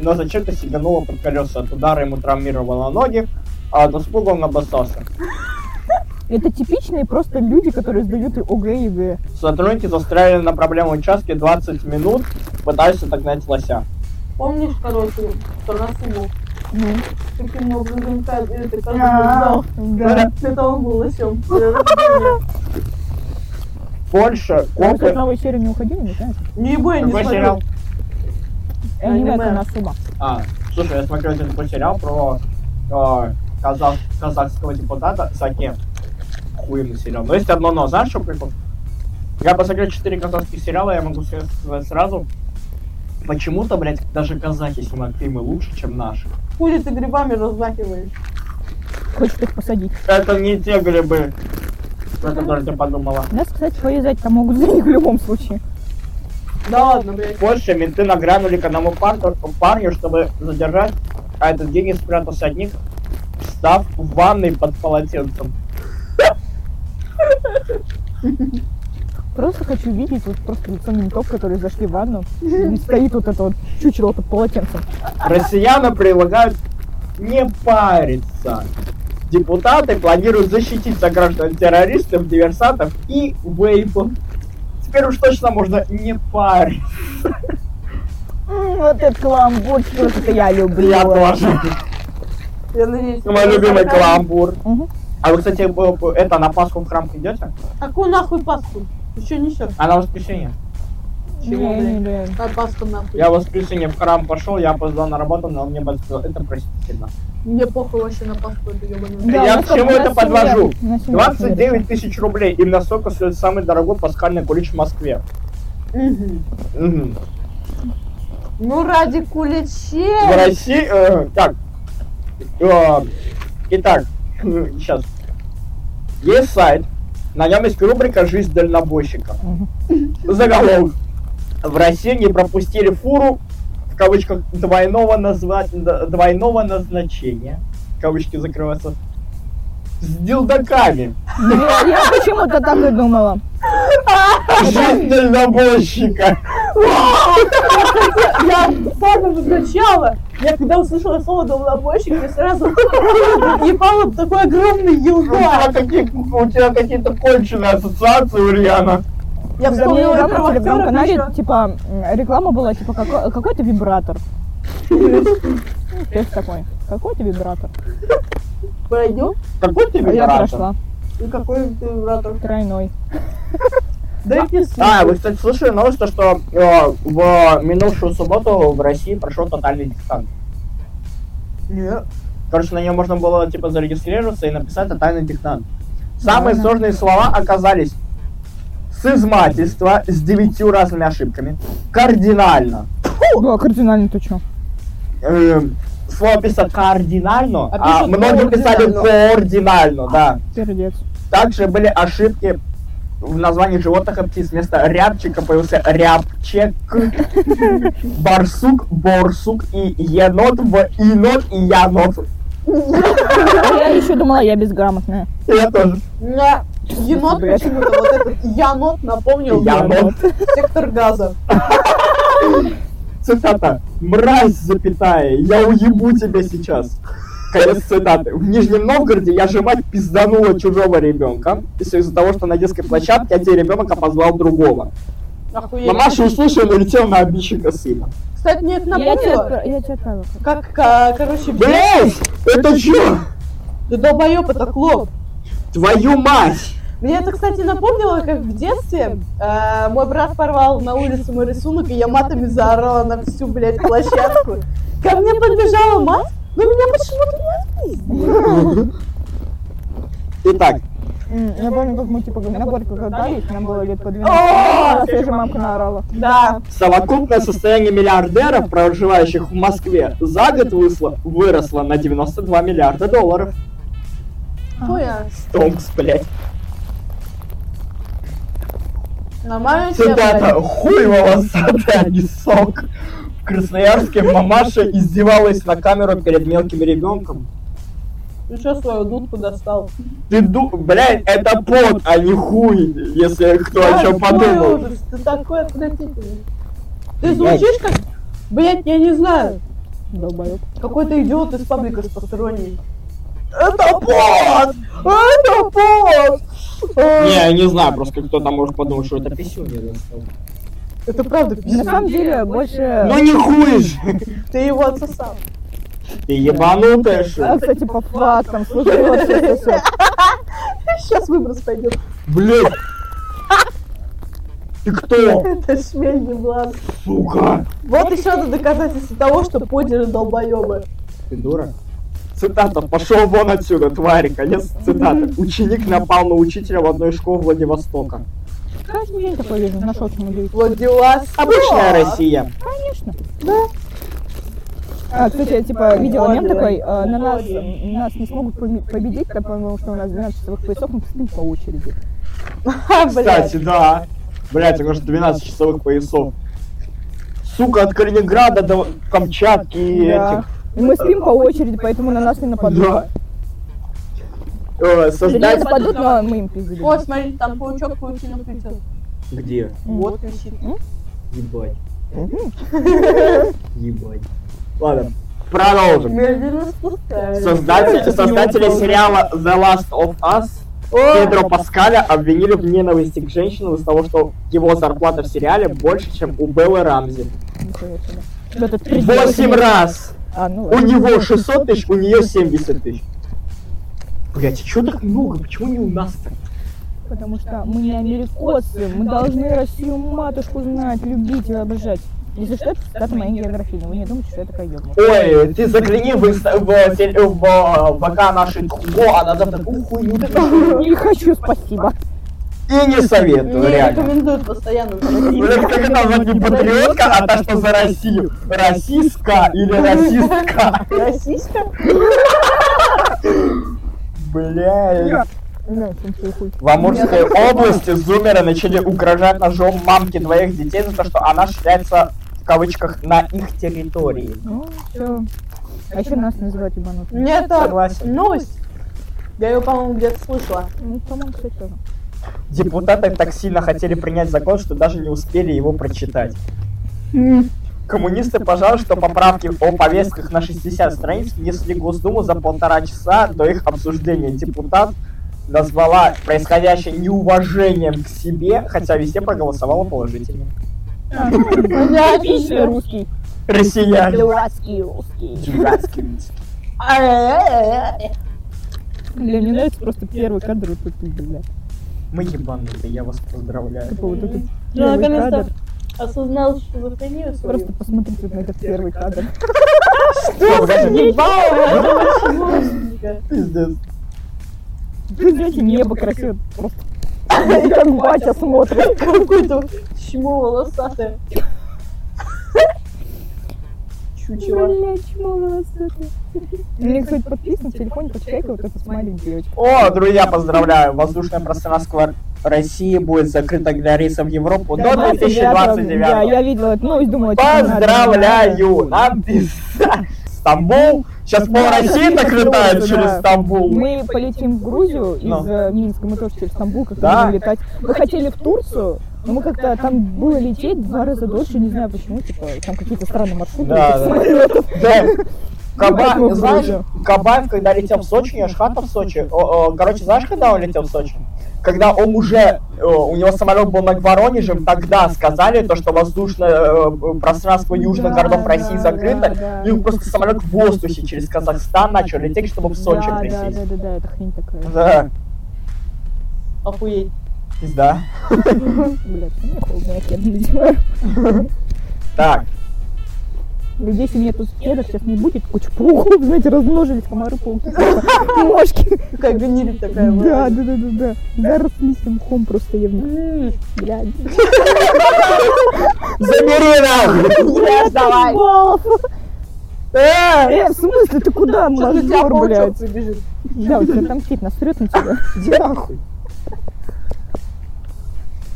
C: но зачем-то сигануло под колеса. От удара ему травмировало ноги, а от испуга он обоссался.
A: Это типичные просто люди, которые сдают и ОГЭ и ЕГЭ.
C: Сотрудники застряли на проблемном участке 20 минут, пытаясь отогнать лося.
D: Помнишь, короче, что нас убил?
A: Ну,
D: Таким образом, как это
A: А, да.
D: как это он был лосем.
C: Польша,
A: Мы с
C: копы...
A: новой серии не уходили, не знаешь?
D: Не бой, не
C: Какой
D: смотрел.
C: сериал?
A: Аниме
D: Аниме.
A: Коносуба.
C: А, слушай, я смотрел один такой сериал про э, казах- казахского депутата Саке. Хуемый сериал. Но есть одно но. Знаешь, что прикол? Я посмотрел 4 казахских сериала, я могу все сказать сразу. Почему-то, блядь, даже казахи снимают фильмы лучше, чем наши.
D: Хули ты грибами размахиваешь.
A: Хочет их посадить.
C: Это не те грибы, про которые ты подумала.
A: Нас, кстати, повязать-то могут за них в любом случае.
D: Да ладно, блядь.
C: В Польше менты нагрянули к одному парню, парню, чтобы задержать, а этот гений спрятался от них, встав в ванной под полотенцем.
A: Просто хочу видеть вот просто лицо ментов, которые зашли в ванну. И стоит вот это вот чучело под полотенцем.
C: Россияна предлагают не париться. Депутаты планируют защитить сограждан от террористов, диверсантов и вейпов. Теперь уж точно можно не парить.
A: М, Вот это каламбур, что это я люблю.
C: Я тоже.
D: Я надеюсь.
C: Мой любимый каламбур.
A: Мгм.
C: А вы, кстати, б- б- это на Пасху в храм идете?
D: Какую нахуй Пасху? Еще не все.
C: А на воскресенье?
D: Чего,
A: Не, не,
D: блядь?
A: не.
D: Какая Пасха нахуй?
C: Я в воскресенье в храм пошел, я опоздал на работу, но мне батя сказал, это простительно.
D: Мне похуй вообще на Пасху, это ебаный.
A: Да,
C: я
A: у нас
C: к
A: там-
C: чему
A: у
C: это
A: нас семья-
C: подвожу?
A: у нас семья
C: 29 тысяч рублей, именно столько стоит самый дорогой пасхальный кулич в Москве.
D: Мгм.
C: Мгм.
D: Ну ради куличей.
C: В России... э, так. Э, итак, сейчас. Есть сайт, на нем есть рубрика «Жизнь дальнобойщика».
A: Мгм.
C: Заголовок. В России не пропустили фуру, в кавычках, двойного, назва... д- двойного назначения. Кавычки закрываются. С дилдаками.
A: Я я почему-то так и думала.
C: Жизнь дальнобойщика.
D: Я с самого начала, я когда услышала слово долобойщик, я сразу ебала такой огромный
C: У тебя,
D: елда.
C: Ну, а какие, у тебя какие-то конченые ассоциации, Ульяна.
D: Я
A: Да, мне
D: вспомнила
A: недавно
D: этого
A: в
D: актера
A: телеграм-канале,
D: Миша.
A: типа, м, реклама была, типа, како- какой-то вибратор. Текст такой. Какой-то вибратор.
D: Пройдем?
C: Какой ты
A: А Я
C: вибратор?
A: прошла.
D: И какой ты вибратор?
A: Тройной.
D: Да и
C: А, вы, кстати, слышали новость, то, что э, в минувшую субботу в России прошел тотальный диктант.
D: Нет.
C: Короче, на нее можно было, типа, зарегистрироваться и написать тотальный диктант. Самые
A: Ладно.
C: сложные слова оказались сызмательство с девятью разными ошибками, кардинально.
A: Да, кардинально ты чё?
C: Э, слово писать кардинально,
D: А
C: а,
D: пишут
C: многие писали координально, да.
A: Сердец.
C: Также были ошибки в названии животных и птиц. Вместо рябчика появился рябчек, барсук, борсук и енот в инот и янот.
A: А Я еще думала, я безграмотная.
C: Я тоже.
D: Да. Енот
A: Блядь.
D: почему-то, вот этот енот напомнил мне
C: Янот.
D: сектор газа.
C: Цитата. Мразь, запятая, я уебу тебя сейчас. Конец цитаты. В Нижнем Новгороде я же мать пизданула чужого ребенка. И все из-за того, что на детской площадке отец ребенка позвал другого.
D: Охуеть.
C: Мамаша услышала и налетела на обидчика сына.
D: Кстати, мне это
A: Я тебе
D: напомнило.
A: отправила. Я тебе отправила.
D: Как, ка- короче, блядь,
C: Блять, это чё?
D: ты долбоёб, это клоп.
C: Твою мать!
D: Мне это, кстати, напомнило, как в детстве э, мой брат порвал на улице мой рисунок, и я матами заорала на всю, блядь, площадку. Ко мне подбежала мать, но меня почему-то не отпиздили.
C: Итак,
A: М, Я помню, как мы типа на горку катались, нам было лет по 12.
D: О,
A: Свежая мамка наорала.
D: Да,
C: совокупное состояние миллиардеров, проживающих в Москве, за год вышло, выросло на 92 миллиарда долларов.
D: хуя.
C: Томс, блядь.
D: Нормально тебе,
C: Цитата.
D: блядь.
C: Хуй волосатый, а не сок. В Красноярске мамаша издевалась на камеру перед мелким ребенком.
D: Ну чё, свою дудку достал?
C: Ты ду... Блядь, это пот, а не хуй, если кто о
D: Да,
C: чем
D: какой
C: подумал.
D: ужас, Ты такой отвратительный. Ты
C: Блядь.
D: звучишь как... Блять, я не знаю.
A: Долбоёб.
D: Какой-то идиот из паблика с посторонним.
C: Это пот! Это пот! Не, я не знаю, просто кто-то может подумать, что это писюн. я достал.
D: Это правда
A: На
D: пиздец.
A: самом деле, больше...
C: Ну не хуй же!
D: Ты его отсосал.
C: Ты ебанутая,
A: А,
C: что?
A: кстати, по фактам, слушай, вообще всё, всё.
D: Сейчас выброс пойдет.
C: Блядь! Ты кто,
D: Это шмель не глаз.
C: сука?
D: Вот еще одно доказательство того, что подеры долбоебы.
C: Ты дура? Цитата. Пошел вон отсюда, тварь. Конец цитаты. Ученик напал на учителя в одной из школ Владивостока.
A: Как же я такой вижу? Нашел чему удивиться.
D: Вот дела.
C: Обычная Россия.
A: Конечно. Да. А, кстати, я типа видела мем такой, э, на нас, нас не смогут поме- победить, так, потому что у нас 12 часовых поясов, мы спим по очереди.
D: Ха, блядь.
C: Кстати, да. Блять, у нас 12 часовых поясов. Сука, от Калининграда до Камчатки и
A: Да.
C: этих.
A: И мы спим по очереди, поэтому на нас не нападут.
C: Да. Э,
A: Или не
C: Создать...
A: нападут, но мы им пиздили.
D: Вот, смотри, там паучок паутину плетет.
C: Где?
D: Вот висит.
C: Ебать. Ебать. Ладно, продолжим.
D: Медленно спускается.
C: Создатели, создатели сериала The Last of Us Педро Паскаля обвинили в ненависти к женщинам из-за того, что его зарплата в сериале больше, чем у Беллы Рамзи.
A: Нихуя себе. Вот этот придурок.
C: Восемь раз!
A: А, ну
C: У
A: ладно.
C: него 600 тысяч, у нее 70 тысяч. Блять, а чё так много? Почему не у нас так?
A: Потому что мы не америкосы, мы должны Россию матушку знать, любить и обожать. Если что, это цитата моей географии, вы не думайте, что я такая ёбнутая.
C: Ой, ты загляни в, инста- в, теле- в, э, в ВК нашей Тхуго, она там такую хуйню такую.
A: Не хочу, спасибо.
C: И не советую,
D: Мне
C: реально.
D: рекомендуют постоянно.
C: Блин, как Ну, это назвать не патриотка, а та, что за Россию? Российска или расистка?
D: Российская?
C: Бля.
A: Э, Да, всем свой хуй.
C: В Амурской области зумеры начали угрожать ножом мамке двоих детей за то, что она шляется в кавычках на их территории.
A: Ну, все. А еще нас называют ебанутыми.
D: Мне это
C: Согласен.
D: новость. Я ее, по-моему, где-то слышала.
A: Ну, по-моему, кстати, тоже.
C: Депутаты так сильно хотели принять закон, что даже не успели его прочитать. Коммунисты, пожалуй, что поправки о повестках на 60 страниц внесли в Госдуму за полтора часа до их обсуждения. Депутат назвала происходящее неуважением к себе, хотя везде проголосовала положительно.
A: Отличный русский.
C: Россияне.
A: Дурацкий русский.
C: Дурацкие русские.
A: Бля, мне нравится просто первый кадр вот этот, бля.
C: Мы ебанутые, я вас поздравляю.
A: Типа вот этот
D: Я
A: первый кадр.
D: наконец-то осознал, что за хрень я свою.
A: Просто посмотрите на этот первый кадр.
C: Что за
D: Чего?
C: Пиздец.
A: Вы знаете, небо красиво просто. Как батя смотрит.
D: Какой-то чмо волосатое. Чучело.
A: Бля, чмо волосатое. Мне, кстати, подписан в телефоне по чайке вот этот смайлик девочка.
C: О, друзья, поздравляю! Воздушное пространство России будет закрыто для рейсов в Европу до
A: Да,
C: 2029
A: я видела эту новость, думала, типа, надо, надо.
C: Поздравляю! Нам пизда! Стамбул! Сейчас пол
A: Да,
C: России так
A: Россия
C: летает
A: тоже,
C: через
A: да.
C: Стамбул!
A: Мы полетим в Грузию
C: Ну.
A: из э, Минска, мы тоже через Стамбул как-то
C: Да.
A: будем летать. Мы хотели в Турцию, Но мы как-то там было лететь два раза дольше, не знаю почему, типа, там какие-то странные маршруты.
C: Да,
A: были.
C: да. Да. Каба- знаешь, Кабаев, когда летел в Сочи, у него ж хата в Сочи. О, о, Короче, знаешь, когда он летел в Сочи? Когда он уже, э, у него самолет был над Воронежем, тогда сказали то, что воздушное э, пространство южных
A: Да,
C: городов России
A: да,
C: закрыто,
A: да,
C: и просто самолет в воздухе через Казахстан начал лететь, чтобы в Сочи
A: да, да,
C: присесть.
A: да, да, да, это хрень такая.
C: Да,
D: Охуеть.
C: пизда.
A: Блядь, мне холодно, я кеды надеваю.
C: Так,
A: Здесь у меня тут кедов сейчас не будет, куча пауков, знаете, размножились комары, пауки, мошки.
D: Такая гниль такая. вот.
A: Да, да, да, да, да. Зарослись мхом просто, я в них,
D: М,
A: блядь.
C: забери нахуй!
D: Блядь, давай.
A: Балов. Э, в смысле, ты куда,
D: Сейчас на тебя
A: мажор,
D: паучок
A: блядь?
D: побежит.
A: Да, у тебя там сидит, насрет на тебя.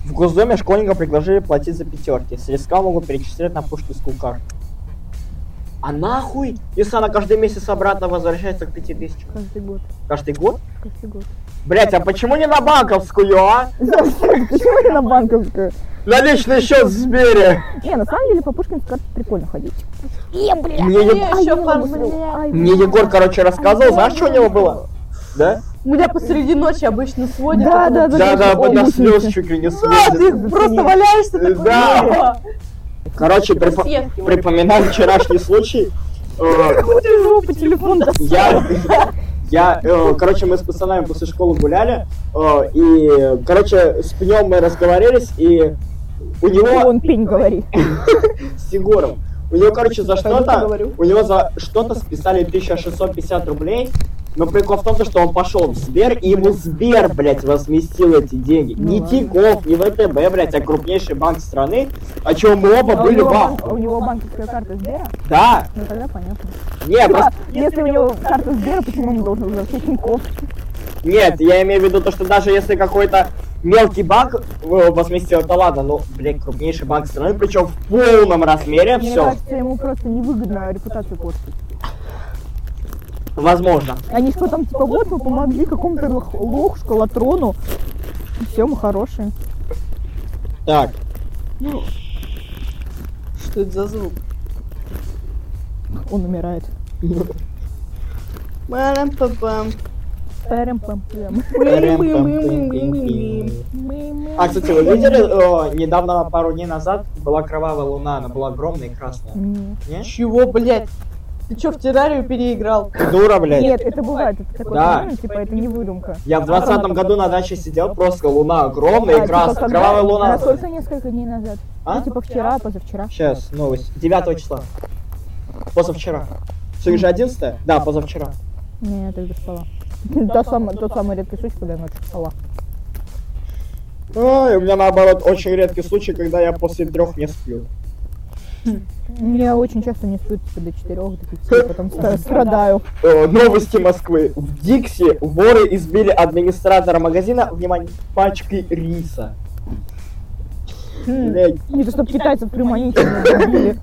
C: В Госдуме школьникам предложили платить за пятерки. Средства могут перечислять на пушкинскую карту. А нахуй, если она каждый месяц обратно возвращается к пяти тысячам?
A: Каждый год,
C: Каждый год?
A: каждый год.
C: Блять, а почему не на банковскую, а?
A: Почему я на банковскую?
C: На личный счет в Сбере!
A: Не, на самом деле по Пушкинской карте прикольно ходить. Ну,
C: Мне,
D: Я
C: Е-
D: еще
A: Ай,
D: порву.
A: блядь.
C: мне Егор, короче, рассказывал, знаешь, что у него было? Да?
D: У меня посреди ночи обычно сводят.
A: Да,
D: а потом-
A: да, да.
C: Да, да,
A: О,
C: до слез
A: мутники.
C: чуть ли не
D: А, ты
C: слез.
D: просто валяешься такой.
C: Да.
D: «Бля,
C: Короче, припо-
D: Соседки, вот.
C: припоминаю вчерашний случай. Э,
A: Ты же по телефону
C: Я, я, э, короче, мы с пацанами после школы гуляли, э, и, короче, с пнем мы разговорились, и у него
A: Он пень говори.
C: с Егором, у него, короче, за
D: Пойду
C: что-то,
D: поговорю.
C: у него за что-то списали 1650 рублей, но прикол в том, то, что он пошел в Сбер, и ему Сбер, блядь, возместил эти деньги.
A: Ну
C: не
A: ладно.
C: Тинькофф, не ВТБ, блядь, а крупнейший банк страны, о чем мы оба
A: А у
C: были
A: него
C: в
A: банк-
C: ахуе.
A: У него банковская карта Сбера?
C: Да,
A: Ну тогда понятно.
C: нет, просто
A: Типа, Если у него карта Сбера, почему он не должен возвращать Тинькофф?
C: Нет, я имею в виду то, что даже если какой-то мелкий банк э, возместил, это ладно, ну, блин, крупнейший банк страны, причем в полном размере,
A: Мне
C: все,
A: кажется, ему просто невыгодно репутацию портить.
C: возможно.
A: Они что там, типа, вот мы помогли какому-то лох- лохушку, латрону. Все, мы хорошие.
C: Так,
D: Что это за звук?
A: Он умирает.
D: Парам-пам-пам.
A: Пэрим-пэм-пэм.
C: а, кстати, вы видели, э, недавно, пару дней назад, была кровавая луна, она была огромная и красная.
A: Нет.
C: Не?
D: Чего, блядь? Ты чё, в террарию переиграл?
C: Дура, блядь.
A: Нет, это бывает, это такое
C: Да.
A: феномен, типа, это не выдумка.
C: Я в двадцатом году на даче сидел, просто луна огромная
A: А,
C: и
A: типа,
C: красная,
A: когда-
C: кровавая луна.
A: Насколько несколько дней назад?
C: А?
A: Ну, типа, вчера, позавчера.
C: Сейчас, новость. 9 числа. Позавчера. Сегодня же 11 Да, позавчера.
A: Не, я тогда спала. Та самая, тот самый редкий случай, когда я ночью спала.
C: Ой, у меня наоборот очень редкий случай, когда я после трех не сплю.
A: Я очень часто не сплю типа, до четырех, до пяти, потом ста- страдаю.
C: Э, новости Москвы. В Дикси воры избили администратора магазина, внимание, пачкой риса.
A: Хм.
C: Блядь,
A: Не то, чтобы китайцев приманить. меня убили.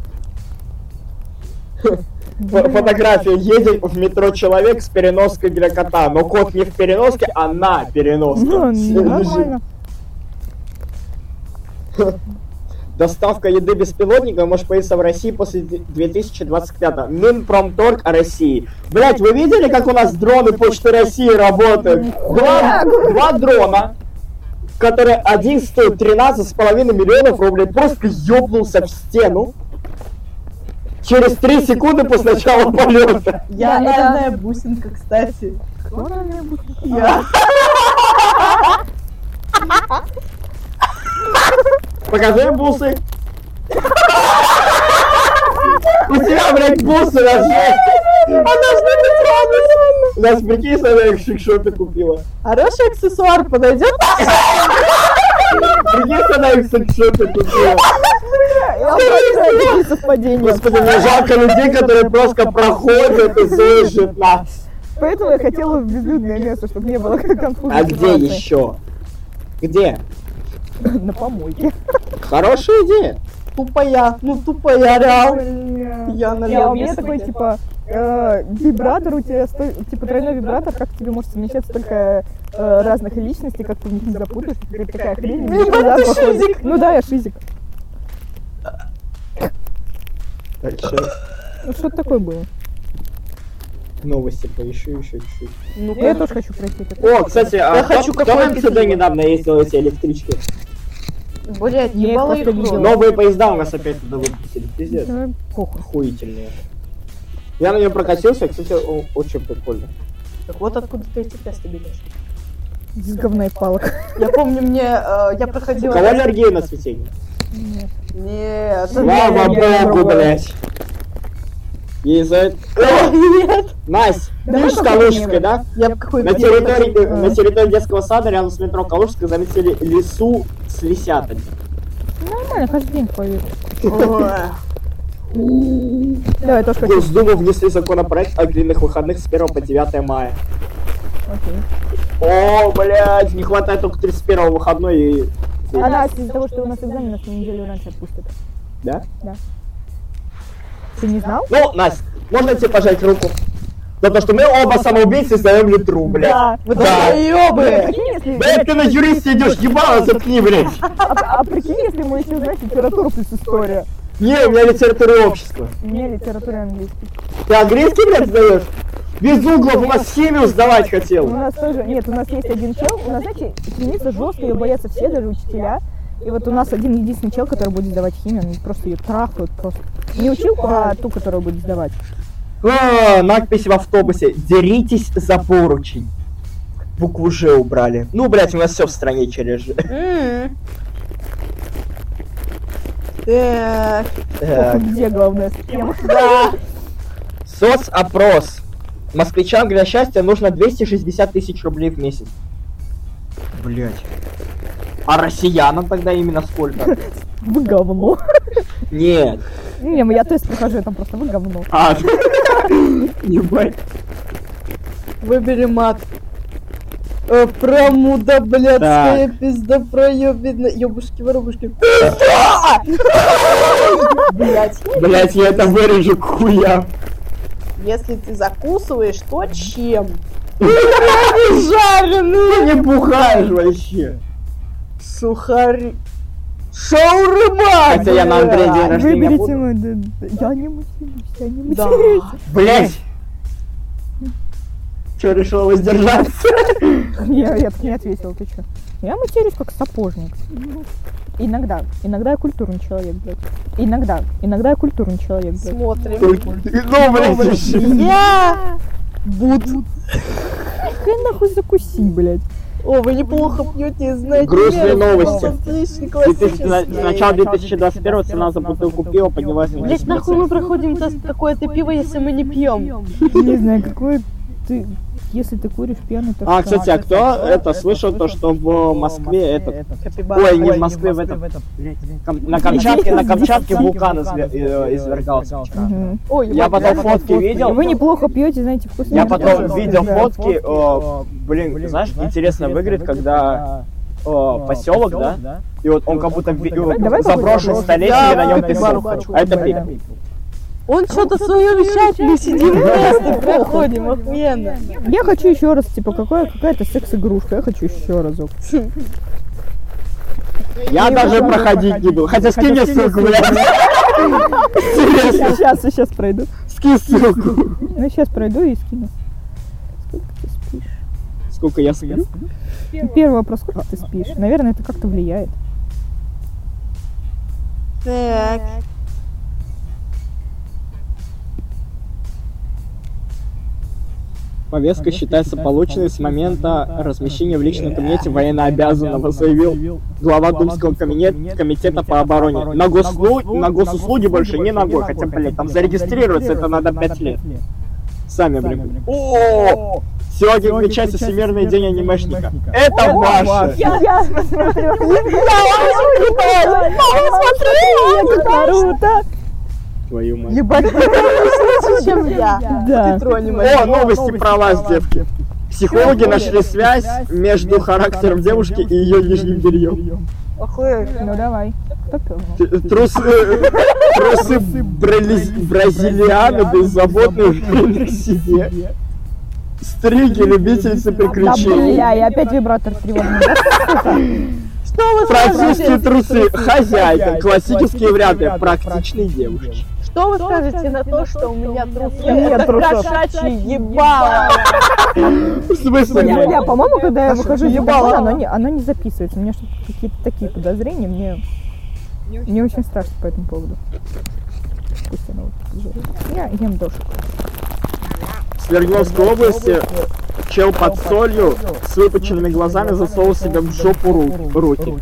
C: фо- фотография. Едет в метро человек с переноской для кота, но кот не в переноске, а на переноске.
A: Ну,
C: Лежит.
A: Нормально.
C: Доставка еды беспилотника может появиться в России после 2025 Минпромторг России. Блять, вы видели, как у нас дроны Почты России работают? Два, два дрона, которые один стоит 13,5 миллионов рублей, просто ёбнулся в стену. Через 3 секунды после начала полета.
D: Я
A: Да, это-
D: наверное, бусинка, кстати.
C: Покажи бусы. У тебя, блядь, бусы на жопе. Она что-то У нас, прикинь, она их в шикшопе купила.
D: Хороший аксессуар подойдет?
A: Ну,
C: Прикинь, она их в шикшопе купила.
A: Какие совпадения.
C: Господи, мне жалко людей, которые просто проходят и слышат нас.
A: Поэтому я хотела в безлюдное место, чтобы не было конфуза.
C: А где еще? Где?
A: На помойке.
C: Хорошая идея.
D: Тупо я. Ну, тупо я орал. Я
A: Я,
D: налево.
A: у меня такой, типа, э, вибратор у тебя, сто- типа, тройной вибратор, как тебе может совмещаться только э, разных личностей, как ты в них не запутаешь, какая-то такая хрень.
D: Ебать, ты
A: Да, походу.
D: шизик!
A: Ну да, я шизик.
C: Так, сейчас
A: Ну что такое было?
C: новости поищу еще чуть-чуть.
D: Ну,
A: Я тоже хочу пройти это.
C: О, кстати, а
D: Я
C: кто-
D: хочу
C: кто
D: какое-то
C: на МЦД
D: пиво.
C: недавно ездил эти электрички?
D: Блять,
A: Я
D: ебало
A: их просто
D: их в рот.
A: видела.
C: Новые поезда у нас опять туда выпустили, пиздец.
A: Да, Похуй.
C: Охуительные. Я на нем прокатился, кстати, о- очень прикольно.
D: Так вот откуда ты эти тесты берешь.
A: Из говна и палок.
D: Я помню, мне... э, я
C: У
D: проходила...
C: кого аллергия на светильник?
D: Нет. это-
C: Слава
A: аллергия на
C: богу,
A: другое.
C: блядь. Ей за это...
D: Нет.
C: Настя,
A: Да
C: ты
A: ну
C: же
A: какой
C: Калужская,
A: нервы?
C: да?
D: Я бы какой
C: На территории,
A: А.
C: на территории детского сада рядом с метро Калужской заметили лесу с лисятами.
A: Нормально, каждый день поверь.
D: Ой.
A: Да, я тоже хочу.
C: Госдуму внесли законопроект о длинных выходных с 1 по 9 мая.
A: Окей.
C: О, блядь, не хватает только 31 выходной и...
A: А нас из-за того, что у нас экзамен на неделю раньше отпустят.
C: Да?
A: Ты не знал?
C: Ну, Настя, можно тебе пожать руку? За то, что мы оба самоубийцы сдаем литру, блядь.
A: Да.
D: Вы
C: Да.
D: долбоёбы!
A: Прикинь, если-
C: Блядь, ты на юриста идешь, ебало, заткни, блядь.
A: А а прикинь, если мы еще, знаешь, литературу плюс история.
C: Не, у меня литература общества.
A: У меня литература и английский.
C: Ты английский, блядь, сдаешь? Без углов, у нас химию сдавать
A: У
C: хотел.
A: нас тоже, нет, у нас есть один чел, у нас, знаете, химица жестко, ее боятся все, даже учителя. И вот у нас один единственный чел, который будет сдавать химию, он просто ее трахают просто. Не учил про ту, которую будет сдавать.
C: А, надпись в автобусе. Деритесь за поручень. Букву Ж убрали. Ну, блядь, у нас все в стране через Ж.
D: М. Так,
C: Так.
A: Где главная схема?
C: Да. Соцопрос. Москвичам для счастья нужно 260 тысяч рублей в месяц. Блять. А россиянам тогда именно сколько?
A: Вы говно.
C: Нет.
A: Не, ну я тест прохожу, я там просто вы говно.
C: А. Ебать.
D: выбери мат. Э, Промуда, блядская пизда проебина. Ёбушки, воробушки. Блять,
C: Блять, я это вырежу к хуям.
D: если ты закусываешь, то чем?
C: Жареный! Ну, Не бухаешь вообще.
D: Сухари. Шаурма!
C: Хотя я на Андрея день
D: блядь.
C: рождения
A: Выберите
C: буду.
A: мой... д- д- Я не матерюсь, я не
D: Да.
A: матерюсь.
C: Блять. Че, решил воздержаться?
A: Я, я так не ответила, ты что? Я матерюсь как сапожник. Иногда. Иногда я культурный человек, блядь. Иногда. Иногда я культурный человек, блядь.
D: Смотрим.
C: Ну, блять, вообще.
D: Я буд.
A: Какая нахуй закуси, блядь.
D: О, вы неплохо пьете из знаете.
C: Грустные
D: меры.
C: новости.
D: Отличный,
C: С
D: классический.
C: начала 2021 цена за бутылку пива поднялась на
D: Блять,
C: 10%.
D: нахуй мы проходим за какое-то пиво, если мы не пьем?
A: Не знаю, какой ты... Если ты куришь пьяный, то
C: А,
A: что?
C: кстати, а кто это слышал, то, что в Москве этот... Ой, не в Москве, в этом... кам- На Камчатке, на Камчатке вулкан изве- э, извергался.
A: Мгм.
D: Ой,
C: Я потом фотки
A: И
C: видел,
A: Вы неплохо пьете, знаете, вкусно.
C: я
A: это
C: потом
A: тоже.
C: видел
A: Да.
C: фотки, э, блин, знаешь, интересно выглядит, когда поселок, да, и вот он как будто в-
A: Давай
C: э, заброшен
A: попробуем.
C: столетиями, на нем
D: Да,
C: песок,
D: хочу.
C: а это пиво.
D: Он что-то свое вещает, мы сидим вместе, проходим, охуенно.
A: Я хочу еще раз, типа, какое, какая-то секс-игрушка. Я хочу еще разок.
C: Я даже проходить не был, хотя скинь мне ссылку, блядь. Серьезно,
A: Сейчас, сейчас пройду.
C: скинь ссылку.
A: Ну, сейчас пройду и скину. Сколько ты спишь?
C: Сколько я сплю?
A: Ну, Первый вопрос, сколько ты спишь? Наверное, это как-то влияет.
D: Так.
C: Повестка считается полученной с момента размещения в личном кабинете военнообязанного, заявил
B: заявил
C: глава Думского комитета, комитета по обороне. На, гослу... на госуслуги больше не ногой, хотя, блядь, там зарегистрироваться это надо 5 лет. Сами, блин. О! Сегодня отмечается Всемирный день анимешника. Это ваше!
A: Я смотрю. Наруто!
C: Твою мать.
D: Ебать, ты лучше, чем я.
A: Да.
D: Тронем.
C: О, новости про вас, девки. Психологи нашли связь между характером девушки и ее нижним бельем.
D: Охуеть.
A: Ну давай. Кто первый?
C: Т- Трусы, э, трусы брали- бразилианы беззаботно жили к себе. Стриги любительницы
A: Да
C: приключений.
A: бля, я опять вибратор тревожный.
D: Что вы скажете?
C: Французские трусы, хозяйка, классические варианты, практичные девушки.
D: Что вы скажете на то, что у меня трусы?
A: Нет
D: Это
A: трусов.
D: кошачье ебало.
C: В смысле?
A: Бля, бля, по-моему, когда я выхожу из
D: ебало.
A: телефона, оно не, оно не записывается. У меня что-то какие-то такие подозрения, мне, мне очень страшно по этому поводу. Пусть оно вот жрет. Я ем дошку.
C: В Свердловской области чел под солью с выпученными глазами засовывал себе в жопу ру- руки.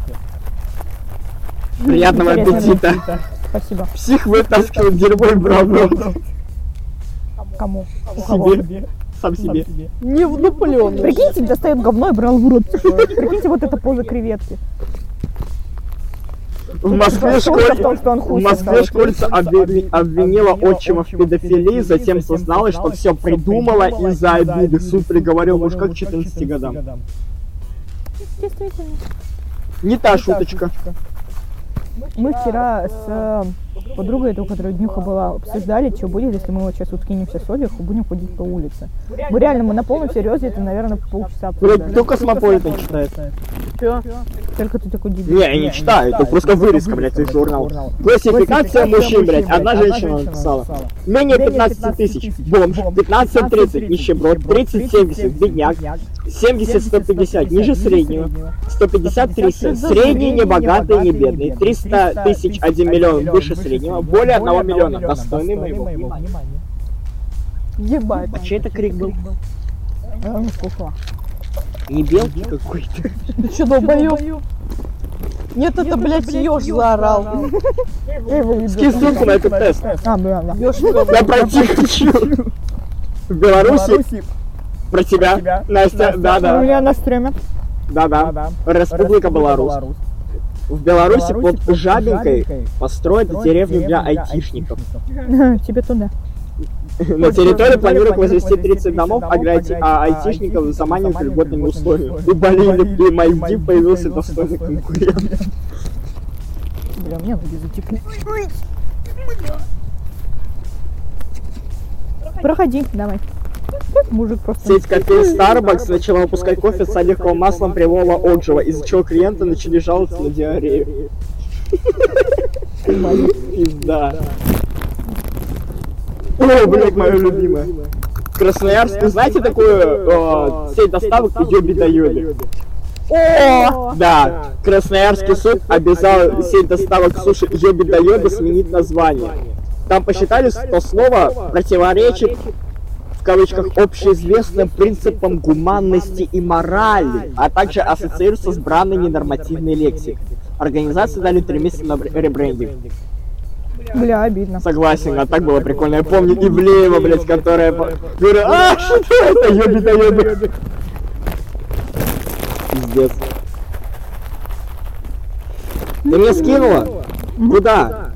C: Приятного
A: Интересно.
C: аппетита.
A: Спасибо.
C: Псих вытаскивал дерьмо и брал в рот
A: Кому? У кого?
C: себе. Сам себе.
D: Не в Наполеон.
A: Прикиньте, достает говно и брал в рот. Прикиньте, вот это поза креветки.
C: В
A: Шутка
C: Москве
A: в
C: школе...
A: том, что он
C: В
A: хуй
C: Москве
A: сосал.
C: школьница обвини- обвинила отчима в педофилии, затем созналась, что все придумала из-за обиды. Суд приговорил мужика к 14 годам.
A: Действительно.
C: Не та шуточка.
A: Мы вчера с э, подругой, у которой днюха была, обсуждали, что будет, если мы вот сейчас вот кинемся с Олег и будем ходить по улице. Мы реально, мы на полном серьезе, это, наверное, полчаса
C: Блять,
A: обсуждали.
C: кто космополитен читает?
A: Только ты такой дебил.
C: Не, я не читаю, это просто вырезка, блядь, из журнала. Классификация мужчин, блядь, одна женщина написала. Менее 15 тысяч, бомж, 15-30, нищеброд, 30-70, бедняк, 70-150, ниже среднего, 150-300, средний, не богатый, не бедный, 300 тысяч, 1 миллион, выше среднего, более 1 миллиона, достойный моего внимания.
D: Ебать.
C: А чей это крик был?
A: А, ну, сколько?
C: Не белки какой-то.
D: Ты что, долбоёб? Нет, это, блядь, ёж заорал.
A: Я его видел.
C: Скинь ссылку на этот тест.
A: А, бля, да.
D: Ёж, что?
C: Я пройти хочу. В Беларуси про тебя, Настя,
A: У
C: да-да,
A: меня на стриме.
C: да-да. Республика Беларусь. В Беларуси под Жабинкой построят деревню для айтишников.
A: Тебе туда.
C: На территории планируют возвести 30 домов, а для айти- а айтишников заманивают к льготными условиями. У Бали и Мальдив появился достойный конкурент.
A: Бля, у меня ноги затекли. Проходи, давай. Вот Мужик просто.
C: Сеть кофеин Starbucks начала выпускать кофе с оливковым маслом прямого отжива, из-за чего клиенты начали жаловаться на диарею. Пизда. О, блядь, мое любимое. Красноярск, вы знаете такую э, сеть доставок Йоби да Йоби? О! Да, Красноярский суд обязал сеть доставок суши Йоби да Йоби сменить название. Там посчитали, что слово противоречит в кавычках общеизвестным принципам гуманности и морали, а также ассоциируется с бранной ненормативной лексикой. Организации дали А три месяца на бр- ребрендинг.
A: Бля, обидно.
C: Согласен, а так было прикольно. Я помню Ивлеева, блядь, которая... по- Говорю, а, что это, а ёби да ёби». Пиздец. Ты мне скинула? Куда?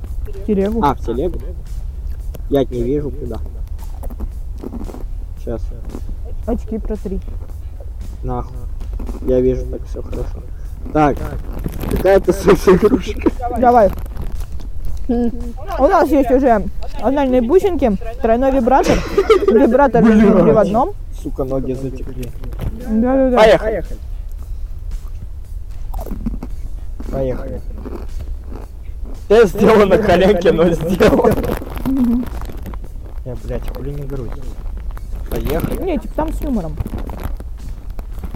A: Киреву.
C: А, в телегу? Я не вижу, куда. Сейчас,
A: Очки про три.
C: нахуй. Я вижу, так все хорошо. Так, какая-то секс-игрушка.
A: Давай. У нас есть уже анальные бусинки, тройной вибратор, вибратор
C: Блядь.
A: в одном.
C: Сука, ноги затекли.
A: Да-да-да.
C: Поехали. Поехали. Тест сделан на коленке, но сделан. Я, блядь, хули не грудь. Поехали.
A: Не, типа там с юмором.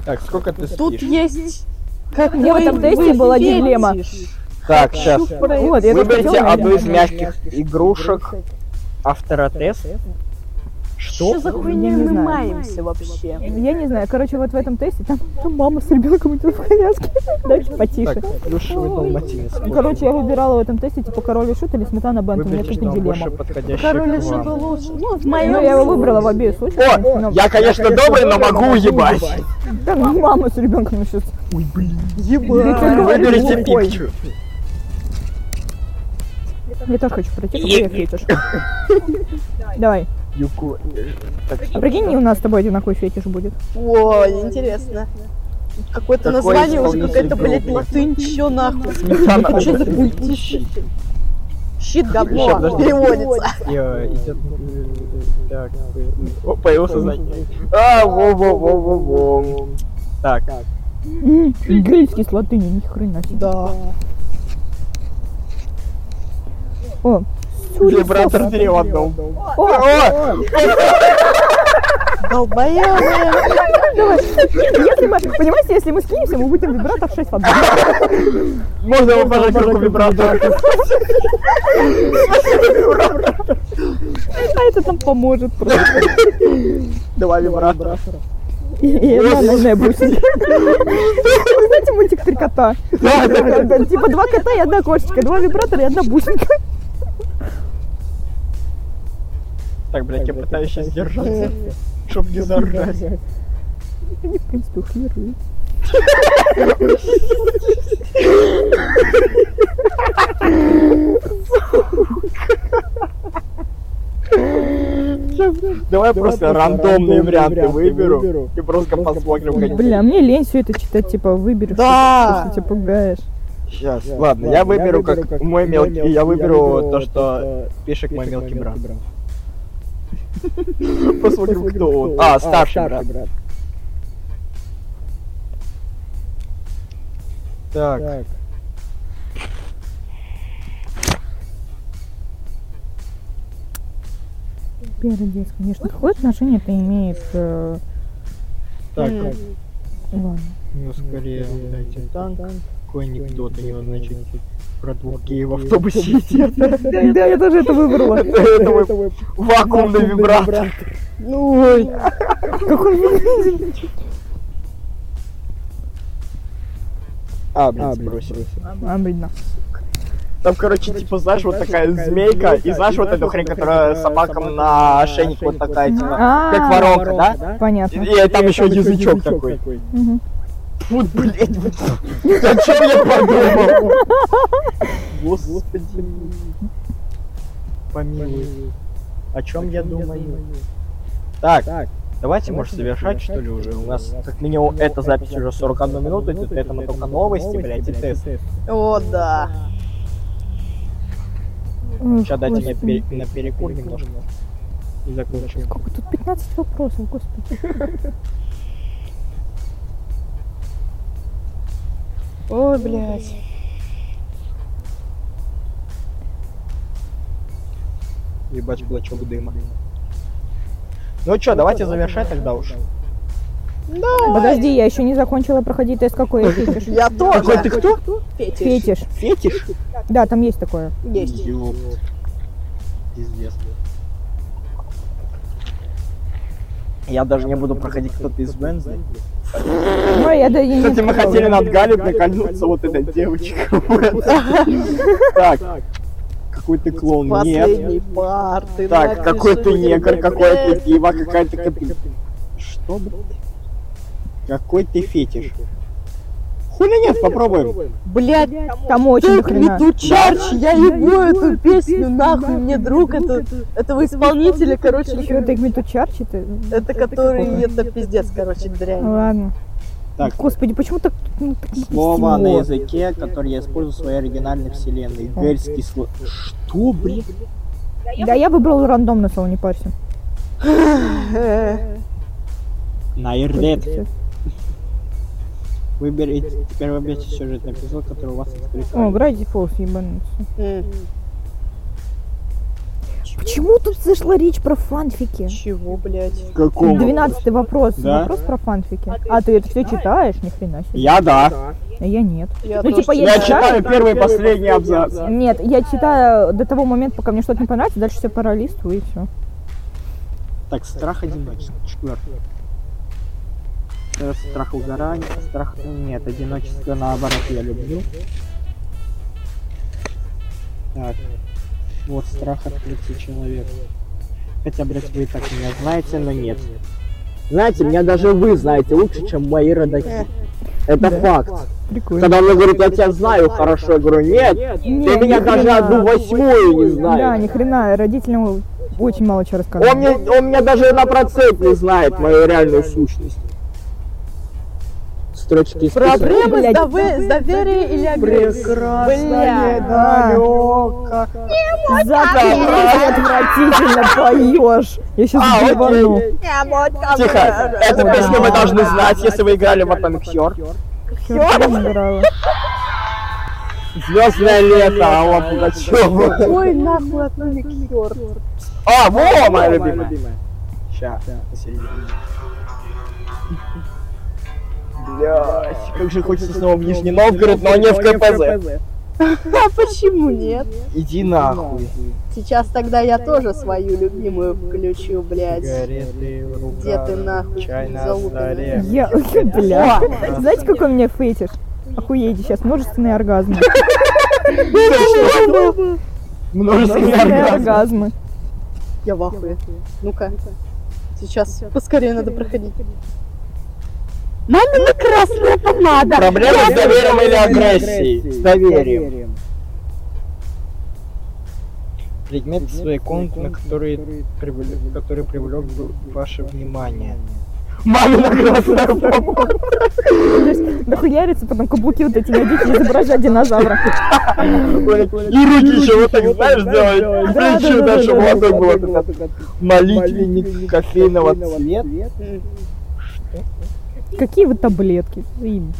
C: Так, сколько ты
D: Тут
C: спишь?
D: есть... Как
A: Мне в этом
D: вы-
A: тесте
D: вы
A: была
D: фетиш.
A: дилемма.
C: Так, сейчас.
A: Вот, я только
C: Выберите
A: хотела,
C: одну
A: блядь.
C: из мягких игрушек автора теста.
D: Что
C: Что?
D: за хуйня
A: Я Ну, не
D: мы
A: знаю.
D: маемся вообще?
A: Я не знаю, короче, вот в этом тесте там, там мама с ребенком идет в коляске. Дальше потише.
C: Так, плюшевый долматинец.
A: Ну, Короче, я выбирала в этом тесте типа король и шут или сметана бент. У меня
C: Выберите
A: тупо
C: нам
A: дилемма.
C: больше подходящий
D: Король
C: к
D: и
C: вам.
D: шута лучше. Ну, в моем
A: Ну, я его выбрала в обеих случаях. ну,
C: О,
A: но-
C: я, конечно, добрый, но могу уебать.
A: Да, ну, мама с ребенком сейчас.
C: Выберите Пикчу.
A: Я тоже хочу пройти, какой я фетиш. Давай.
C: Юку. э, Так,
A: А прикинь, у нас с тобой одинаковый фетиш будет.
D: Ой, интересно. Какое-то
C: Какой
D: название уже
C: исполнитель
D: какая-то, блядь,
C: группы?
D: латынь, чё нахуй?
C: Сметана.
D: Это чё за культище? Щит говно,
C: Щас, подожди.
D: переводится.
C: Э, Так, э, О, появился знание. А, во-во-во-во-во. Так,
A: М, Греческий с латыни, ни хрена себе.
D: Да.
C: вибратор три в одном. О,
D: Долбоёбы.
A: Если мы, понимаете, если мы скинемся, мы будем вибратор 6 в одном.
C: Можно вам пожать руку вибратора?
A: А это там поможет просто.
C: Два вибратора.
A: И- и Анальная бусинка. Вы знаете мультик «Три кота»?
C: Да, да, да.
A: Типа два кота и одна кошечка, два вибратора и одна бусинка.
C: Так, блядь, я пытаюсь сейчас держаться, чтоб не заржать.
A: Они, в принципе, ухлируют.
C: Давай просто рандомные варианты выберу и просто посмотрим, какие.
A: Бля, мне лень все это читать, типа, выберешь,
D: Да.
A: что ты пугаешь.
C: Сейчас, ладно, я выберу как мой мелкий, я выберу то, что пишет мой мелкий брат. Посмотрим, кто он. А, старший брат. Так,
E: Так,
A: Пердец, конечно. Какое отношение это имеет? э,
C: так,
D: М.
A: Ладно.
C: ну скорее дайте танк. Какой анекдот у него, значит, про двух геев в автобусе
E: автобусе
C: сидит.
A: Да, я тоже это выбрала.
C: Это мой вакуумный вибратор.
D: Ну, ой.
A: Какой вы-
C: А,
E: А,
C: блин,
E: блин,
C: сбросил.
A: А, блин, на.
C: Там, короче, типа, знаешь, вот такая змейка, и знаешь, вот эту хрень, которая собакам на ошейник вот такая, типа, как
A: А,
C: воронка, да? И
A: Понятно.
C: и там еще язычок такой.
A: Мгм.
C: Фу, блядь, вот. о чем я подумал? Господи. Помилуй. О чем я думаю?
E: Так,
C: Так, давайте,
E: давайте,
C: может,
E: может,
C: завершать, что ли,
E: завершать, что
C: уже?
E: ли, у
C: У нас,
E: нас
C: как минимум, эта
E: эта
C: запись уже 41 минута, и тут этому только новости, блядь, и тест.
D: О, да.
A: Ой,
C: Сейчас дайте мне
A: господи.
C: пере- на перекур немножко. И закончим.
A: Сколько тут 15 вопросов, господи.
D: Ой, блядь.
C: Ебать клочок дыма. Ну чё, давайте завершать тогда уж.
A: Подожди, я еще не закончила проходить тест, какой я фетиш.
D: Я тоже.
C: Какой ты кто?
D: Фетиш.
A: Фетиш.
C: Фетиш?
A: Да, там есть такое.
D: Есть.
C: Ёп. Пиздец. Я даже не буду проходить кто-то из Бензы.
A: Ну, я да- я не
C: Кстати, мы
A: успела.
C: хотели над Галей прикольнуться вот этой девочкой. Так. Какой ты клоун? Нет.
D: Последний пар. Ты
C: Так, какой ты негр, какой ты пиво, какая ты капель. Что, блядь? Какой ты фетиш? Хули нет, попробуем.
D: Блядь,
A: Там очень
D: Ты
A: дохрена.
D: Чарч, я ебу эту песню, нахуй, мне друг это, этого исполнителя, короче,
A: Еще
D: нахер-
A: ты Гмиту Чарчи, ты...
D: это который,
A: какой?
D: это пиздец, короче, дрянь.
A: Ладно.
C: Так.
A: Господи, почему так... ну, так
C: Слово на
A: некрасиво?
C: языке, которое я использую в своей оригинальной вселенной. Гельский сло... Что, блин?
A: Да, я выбрал рандомно слово, не парься.
D: Э,
C: На Ирлет. Выберите, теперь выберите сюжетный эпизод, который у вас
A: О,
C: откликается.
A: Гравити Фолз, ебануться.
D: м,
A: Почему тут зашла речь про фанфики?
D: Чего, блядь?
C: В каком?
A: Двенадцатый вопрос.
C: Да.
A: Вопрос про фанфики. А ты это все читаешь? Ни хрена себе.
C: Я да.
A: А я нет.
D: Я
A: Ну,
D: тоже
A: типа, я
D: читаю.
C: Я читаю первый и последний абзац.
A: Нет, я читаю до того момента, пока мне что-то не понравится, дальше все паралисту и все.
C: Так, страх одиночества. Четвертый. Э, Страх угорания. Страх... Нет, одиночество наоборот я люблю. Так. Вот страх открытия человека. Хотя, блядь, вы и так меня знаете, но нет. Знаете, меня даже вы знаете лучше, чем мои родаки. Это факт.
A: Прикольно.
C: Когда мне говорит, я тебя знаю хорошо, я говорю, нет, ты меня даже одну восьмую не
A: Да,
C: знаешь.
A: ни хрена, родителям очень мало чего рассказывал.
C: Он, мне, он меня даже на процент не знает, мою реальную сущность. строчки из писем.
D: Проблемы с,
A: Блядь,
D: довы- с доверием или агрессией. Бля.
B: далеко.
A: Закрой, отвратительно поешь. Я
C: А,
A: сейчас
C: окей.
A: ебану.
C: Тихо, эту
A: Да.
C: песню вы должны знать, если вы играли в Atomic Heart.
A: Чёрт, я не играла.
C: Звездное лето, а Алла Пугачева.
D: Ой, нахуй, отныне черт.
C: А, во, моя любимая. Сейчас, Блять, как же хочется снова в Нижний Новгород, но не в КПЗ.
D: А почему нет?
C: Иди нахуй.
D: Сейчас тогда я тоже свою любимую включу, блядь. Где ты нахуй,
B: чай на
D: залупина?
B: столе.
A: Я, бля. Знаете, какой у меня фетиш? Охуеть, сейчас множественные оргазмы.
C: Множественный
A: Множественные
C: оргазм.
A: оргазмы.
D: Я в ахуе. Ну-ка. Сейчас поскорее надо проходить. Мамина красная помада!
C: Проблема с доверием или агрессией? С доверием.
B: Предметы своей комнаты, на которые, привлек, который привлек бы ваше внимание.
C: Мамина красная помада.
A: Нахуярится, потом каблуки вот эти надеть и изображать динозавра.
C: И руки еще вот так, знаешь, делают.
A: Да, да,
C: Плечи
A: да,
C: даже
A: да, да,
C: молодой было. Молитвенник кофейного цвета.
D: М.
A: Какие вы таблетки? Заебись.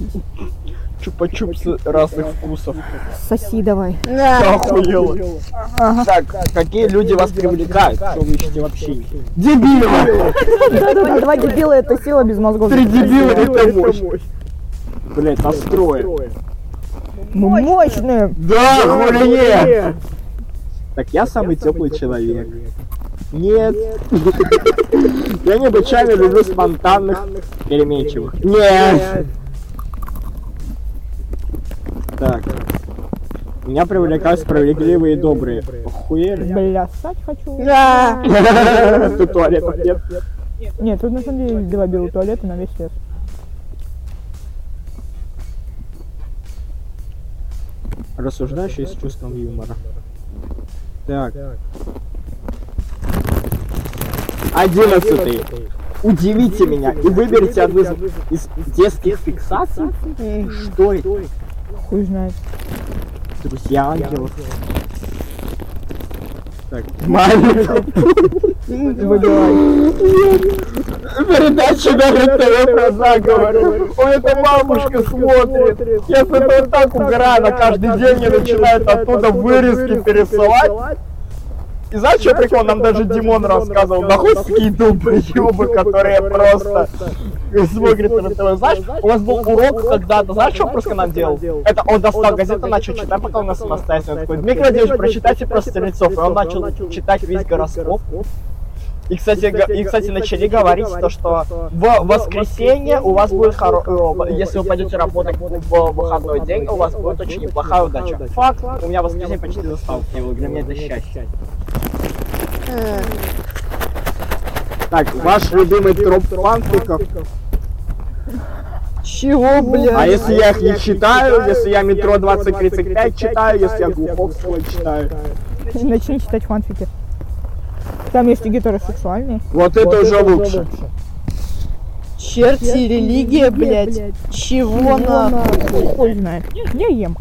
C: Чупа-чупсы разных вкусов.
A: Соси давай.
D: Да.
C: Охуело. Так, какие люди вас привлекают? Что вы ищете вообще? Дебилы!
A: Да-да-да, два дебила это сила без мозгов.
C: Три дебила это мощь. Блять, настроен.
A: Мы мощные.
C: Да, хули нет! Так я самый теплый человек. Нет. Я необычайно люблю спонтанных переменчивых. Нет. Так. Меня привлекают справедливые и добрые. Охуели?
A: Бля, ссать хочу.
D: Да.
C: Тут туалетов нет.
A: Нет, тут на самом деле два белых туалета на весь лес.
C: Рассуждающие с чувством юмора. Так. Одиннадцатый. Удивите меня и выберите одну из, из детских фиксаций.
D: М.
C: Что это?
A: Хуй знает.
C: Друзья ангелов. Так, маленький.
A: Выбивай.
C: Передача на РТВ про заговор. Ой, это бабушка смотрит. Я с этого так угораю, каждый день мне начинают оттуда вырезки пересылать. И знаешь, что прикол? Нам даже Димон рассказывал. Нахуй такие долбоебы, которые просто смотрят РТВ. Знаешь, у нас был урок когда-то. Знаешь, что просто нам делал? Это он достал газету, начал читать, пока у нас самостоятельно. Он Такой, Дмитрий Владимирович, прочитайте про Стрельцов. И он начал читать весь гороскоп. И, кстати, га- и, кстати, начали говорить то, что в воскресенье у вас будет хоро... э, Если вы пойдете работать в выходной день, у вас будет очень неплохая удача. Факт, у меня воскресенье почти застал не было, для меня это счастье.
D: Э.
C: Так, ваш любимый троп фанфиков.
D: Чего, блядь?
C: А если я их не читаю, если я метро 2035 читаю, если я Глуховского читаю.
A: Начни читать фанфики. Там есть и гетеросексуальные.
C: Вот это уже лучше.
D: Черти, религия, блядь. Чего нахуй?
A: Хуй знает. Я ем.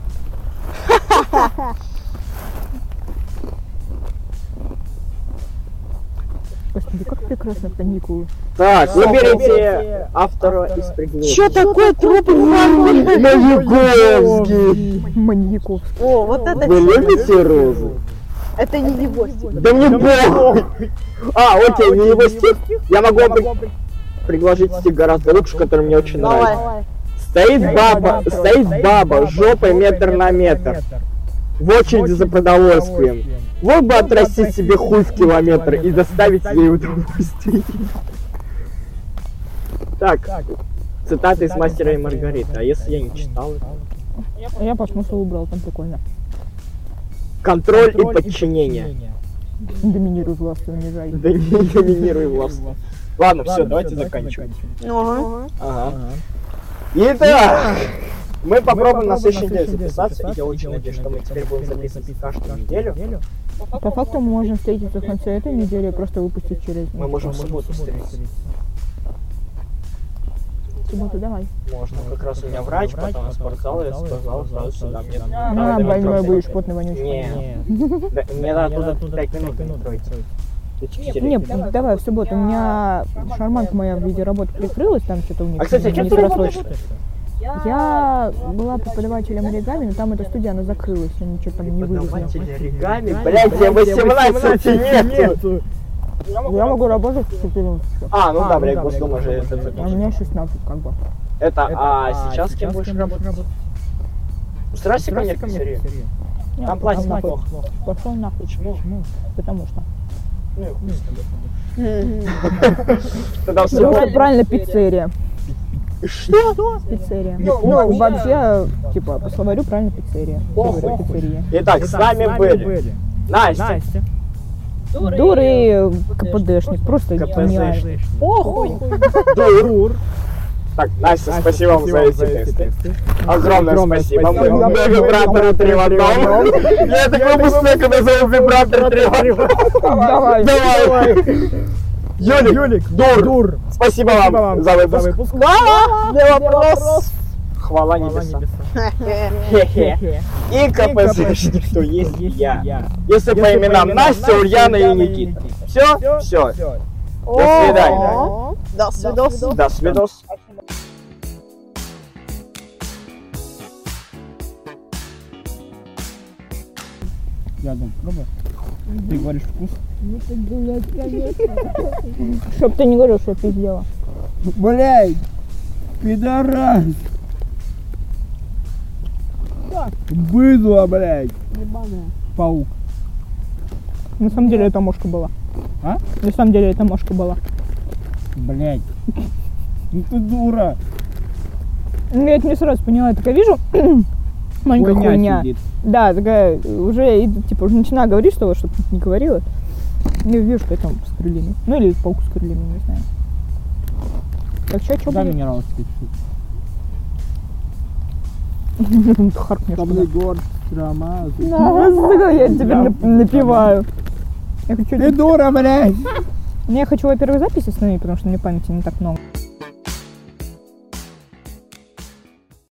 A: Господи, как прекрасно каникулы.
C: Так, выберите автора из приглушения.
D: Чё такое труп в
C: Маяковский!
A: Маньяков.
D: О, вот это типа,
C: Вы любите розу?
D: Это не его стиль.
C: Да мне похуй! А, окей, не его стих. Я могу вам при- предложить стих гораздо лучше, который мне очень нравится.
D: Давай.
C: Стоит баба, стоит баба, жопой метр на метр. В очереди за продовольствием. Вот бы отрастить себе хуй в километр и доставить ей удовольствие. Так, цитаты из «Мастера и Маргариты». А если я не читал? это?
A: А я по смыслу убрал, там прикольно.
C: Контроль и подчинение.
A: Доминируй власть, и унижай.
C: Да не доминируй власть. Ладно, все, давайте заканчивать.
D: Ага.
C: Ага. Итак, мы попробуем на следующей неделе записаться, и я очень надеюсь, что мы теперь будем записывать каждую неделю.
A: По факту мы можем встретиться в конце этой недели и просто выпустить через...
C: Мы можем в субботу встретиться.
A: субботу, давай.
B: Можно, как раз у меня врач, потом спортзал, я спортзал сразу сюда. Мне
A: А,
B: надо метро
A: больной
B: взять.
A: будешь, потный вонючий.
B: Не, да, мне надо оттуда 5 минут метроить.
A: Не, давай, в субботу. У меня шарманка моя в виде работы прикрылась, там что-то у них
B: А, кстати, а
A: не
B: кем ты работаешь?
A: срослось. Я была преподавателем оригами, но там эта студия, она закрылась, они что-то там не вывезли.
B: Подаватель оригами, блядь, тебе 18 нету.
A: Ну, Я могу работать в 14,
B: А, ну да, блядь, госдума же это
A: а у меня
B: закончила.
A: 16 как бы.
B: Это, а сейчас с кем будешь работать? С Расиком нет, серии.
A: Не,
B: Там платят
A: там
B: неплохо.
A: Пошел нахуй,
B: Почему?
A: потому что.
B: Ну, и хуй с тобой.
D: Мгм.
B: Тогда все.
A: Потому что
D: правильно,
A: правильно
D: пиццерия.
A: пиццерия.
B: Что?
A: Пиццерия.
B: Ну,
A: Ну,
B: ну,
A: вообще, типа, по словарю правильно пиццерия.
B: Похуй.
A: Говорю, Пиццерия.
B: Итак, с нами были Настя,
E: Настя,
A: Дуры э, КПДшник, просто гениально.
B: КПЗ.
D: Охуй.
B: Дур.
E: Тур.
B: Так, Настя, спасибо вам за эти тесты. Огромное спасибо. Мы
E: спасибо.
B: мы вибратор три в одном. Я так выпускной, когда зову вибратор три в одном.
A: Давай.
B: Давай. Юлик,
E: Юлик,
B: Дур.
E: Дур.
B: спасибо вам за выпуск.
D: Да, не вопрос.
B: Хвала небеса. Хе-хе. И КПЗшник, кто есть я. Если по именам Настя, Ульяна и Никита. Все, все. До свидания.
D: О, До свидос.
B: До свидос.
E: Я думаю,
B: ну
E: пробуй. Ты говоришь вкус.
A: Чтоб ты не говорил, что я пиздела.
E: Блядь, пидорас. Быдло, блядь. Паук.
A: На самом деле это мошка была.
E: А?
A: На самом деле это мошка была.
E: Блядь. Ну ты дура.
A: Ну, Я это не сразу поняла, я такая вижу, маленькая хуйня.
E: сидит.
A: Да, такая э, уже, и, типа, уже начинаю говорить, что вот, чтобы не говорила. Не вижу, что это там с крыльями. Ну, или паук с крыльями, не знаю. Так что, что
E: Да,
A: будет?
E: минерал чуть-чуть.
A: Ты харкнешь туда.
E: Егор, Ромазов.
A: Да, сука, Я теперь нап- напиваю. Я хочу,
E: Ты дура, блядь.
A: Ну, я хочу, во-первых, записи остановить, потому что мне памяти не так много.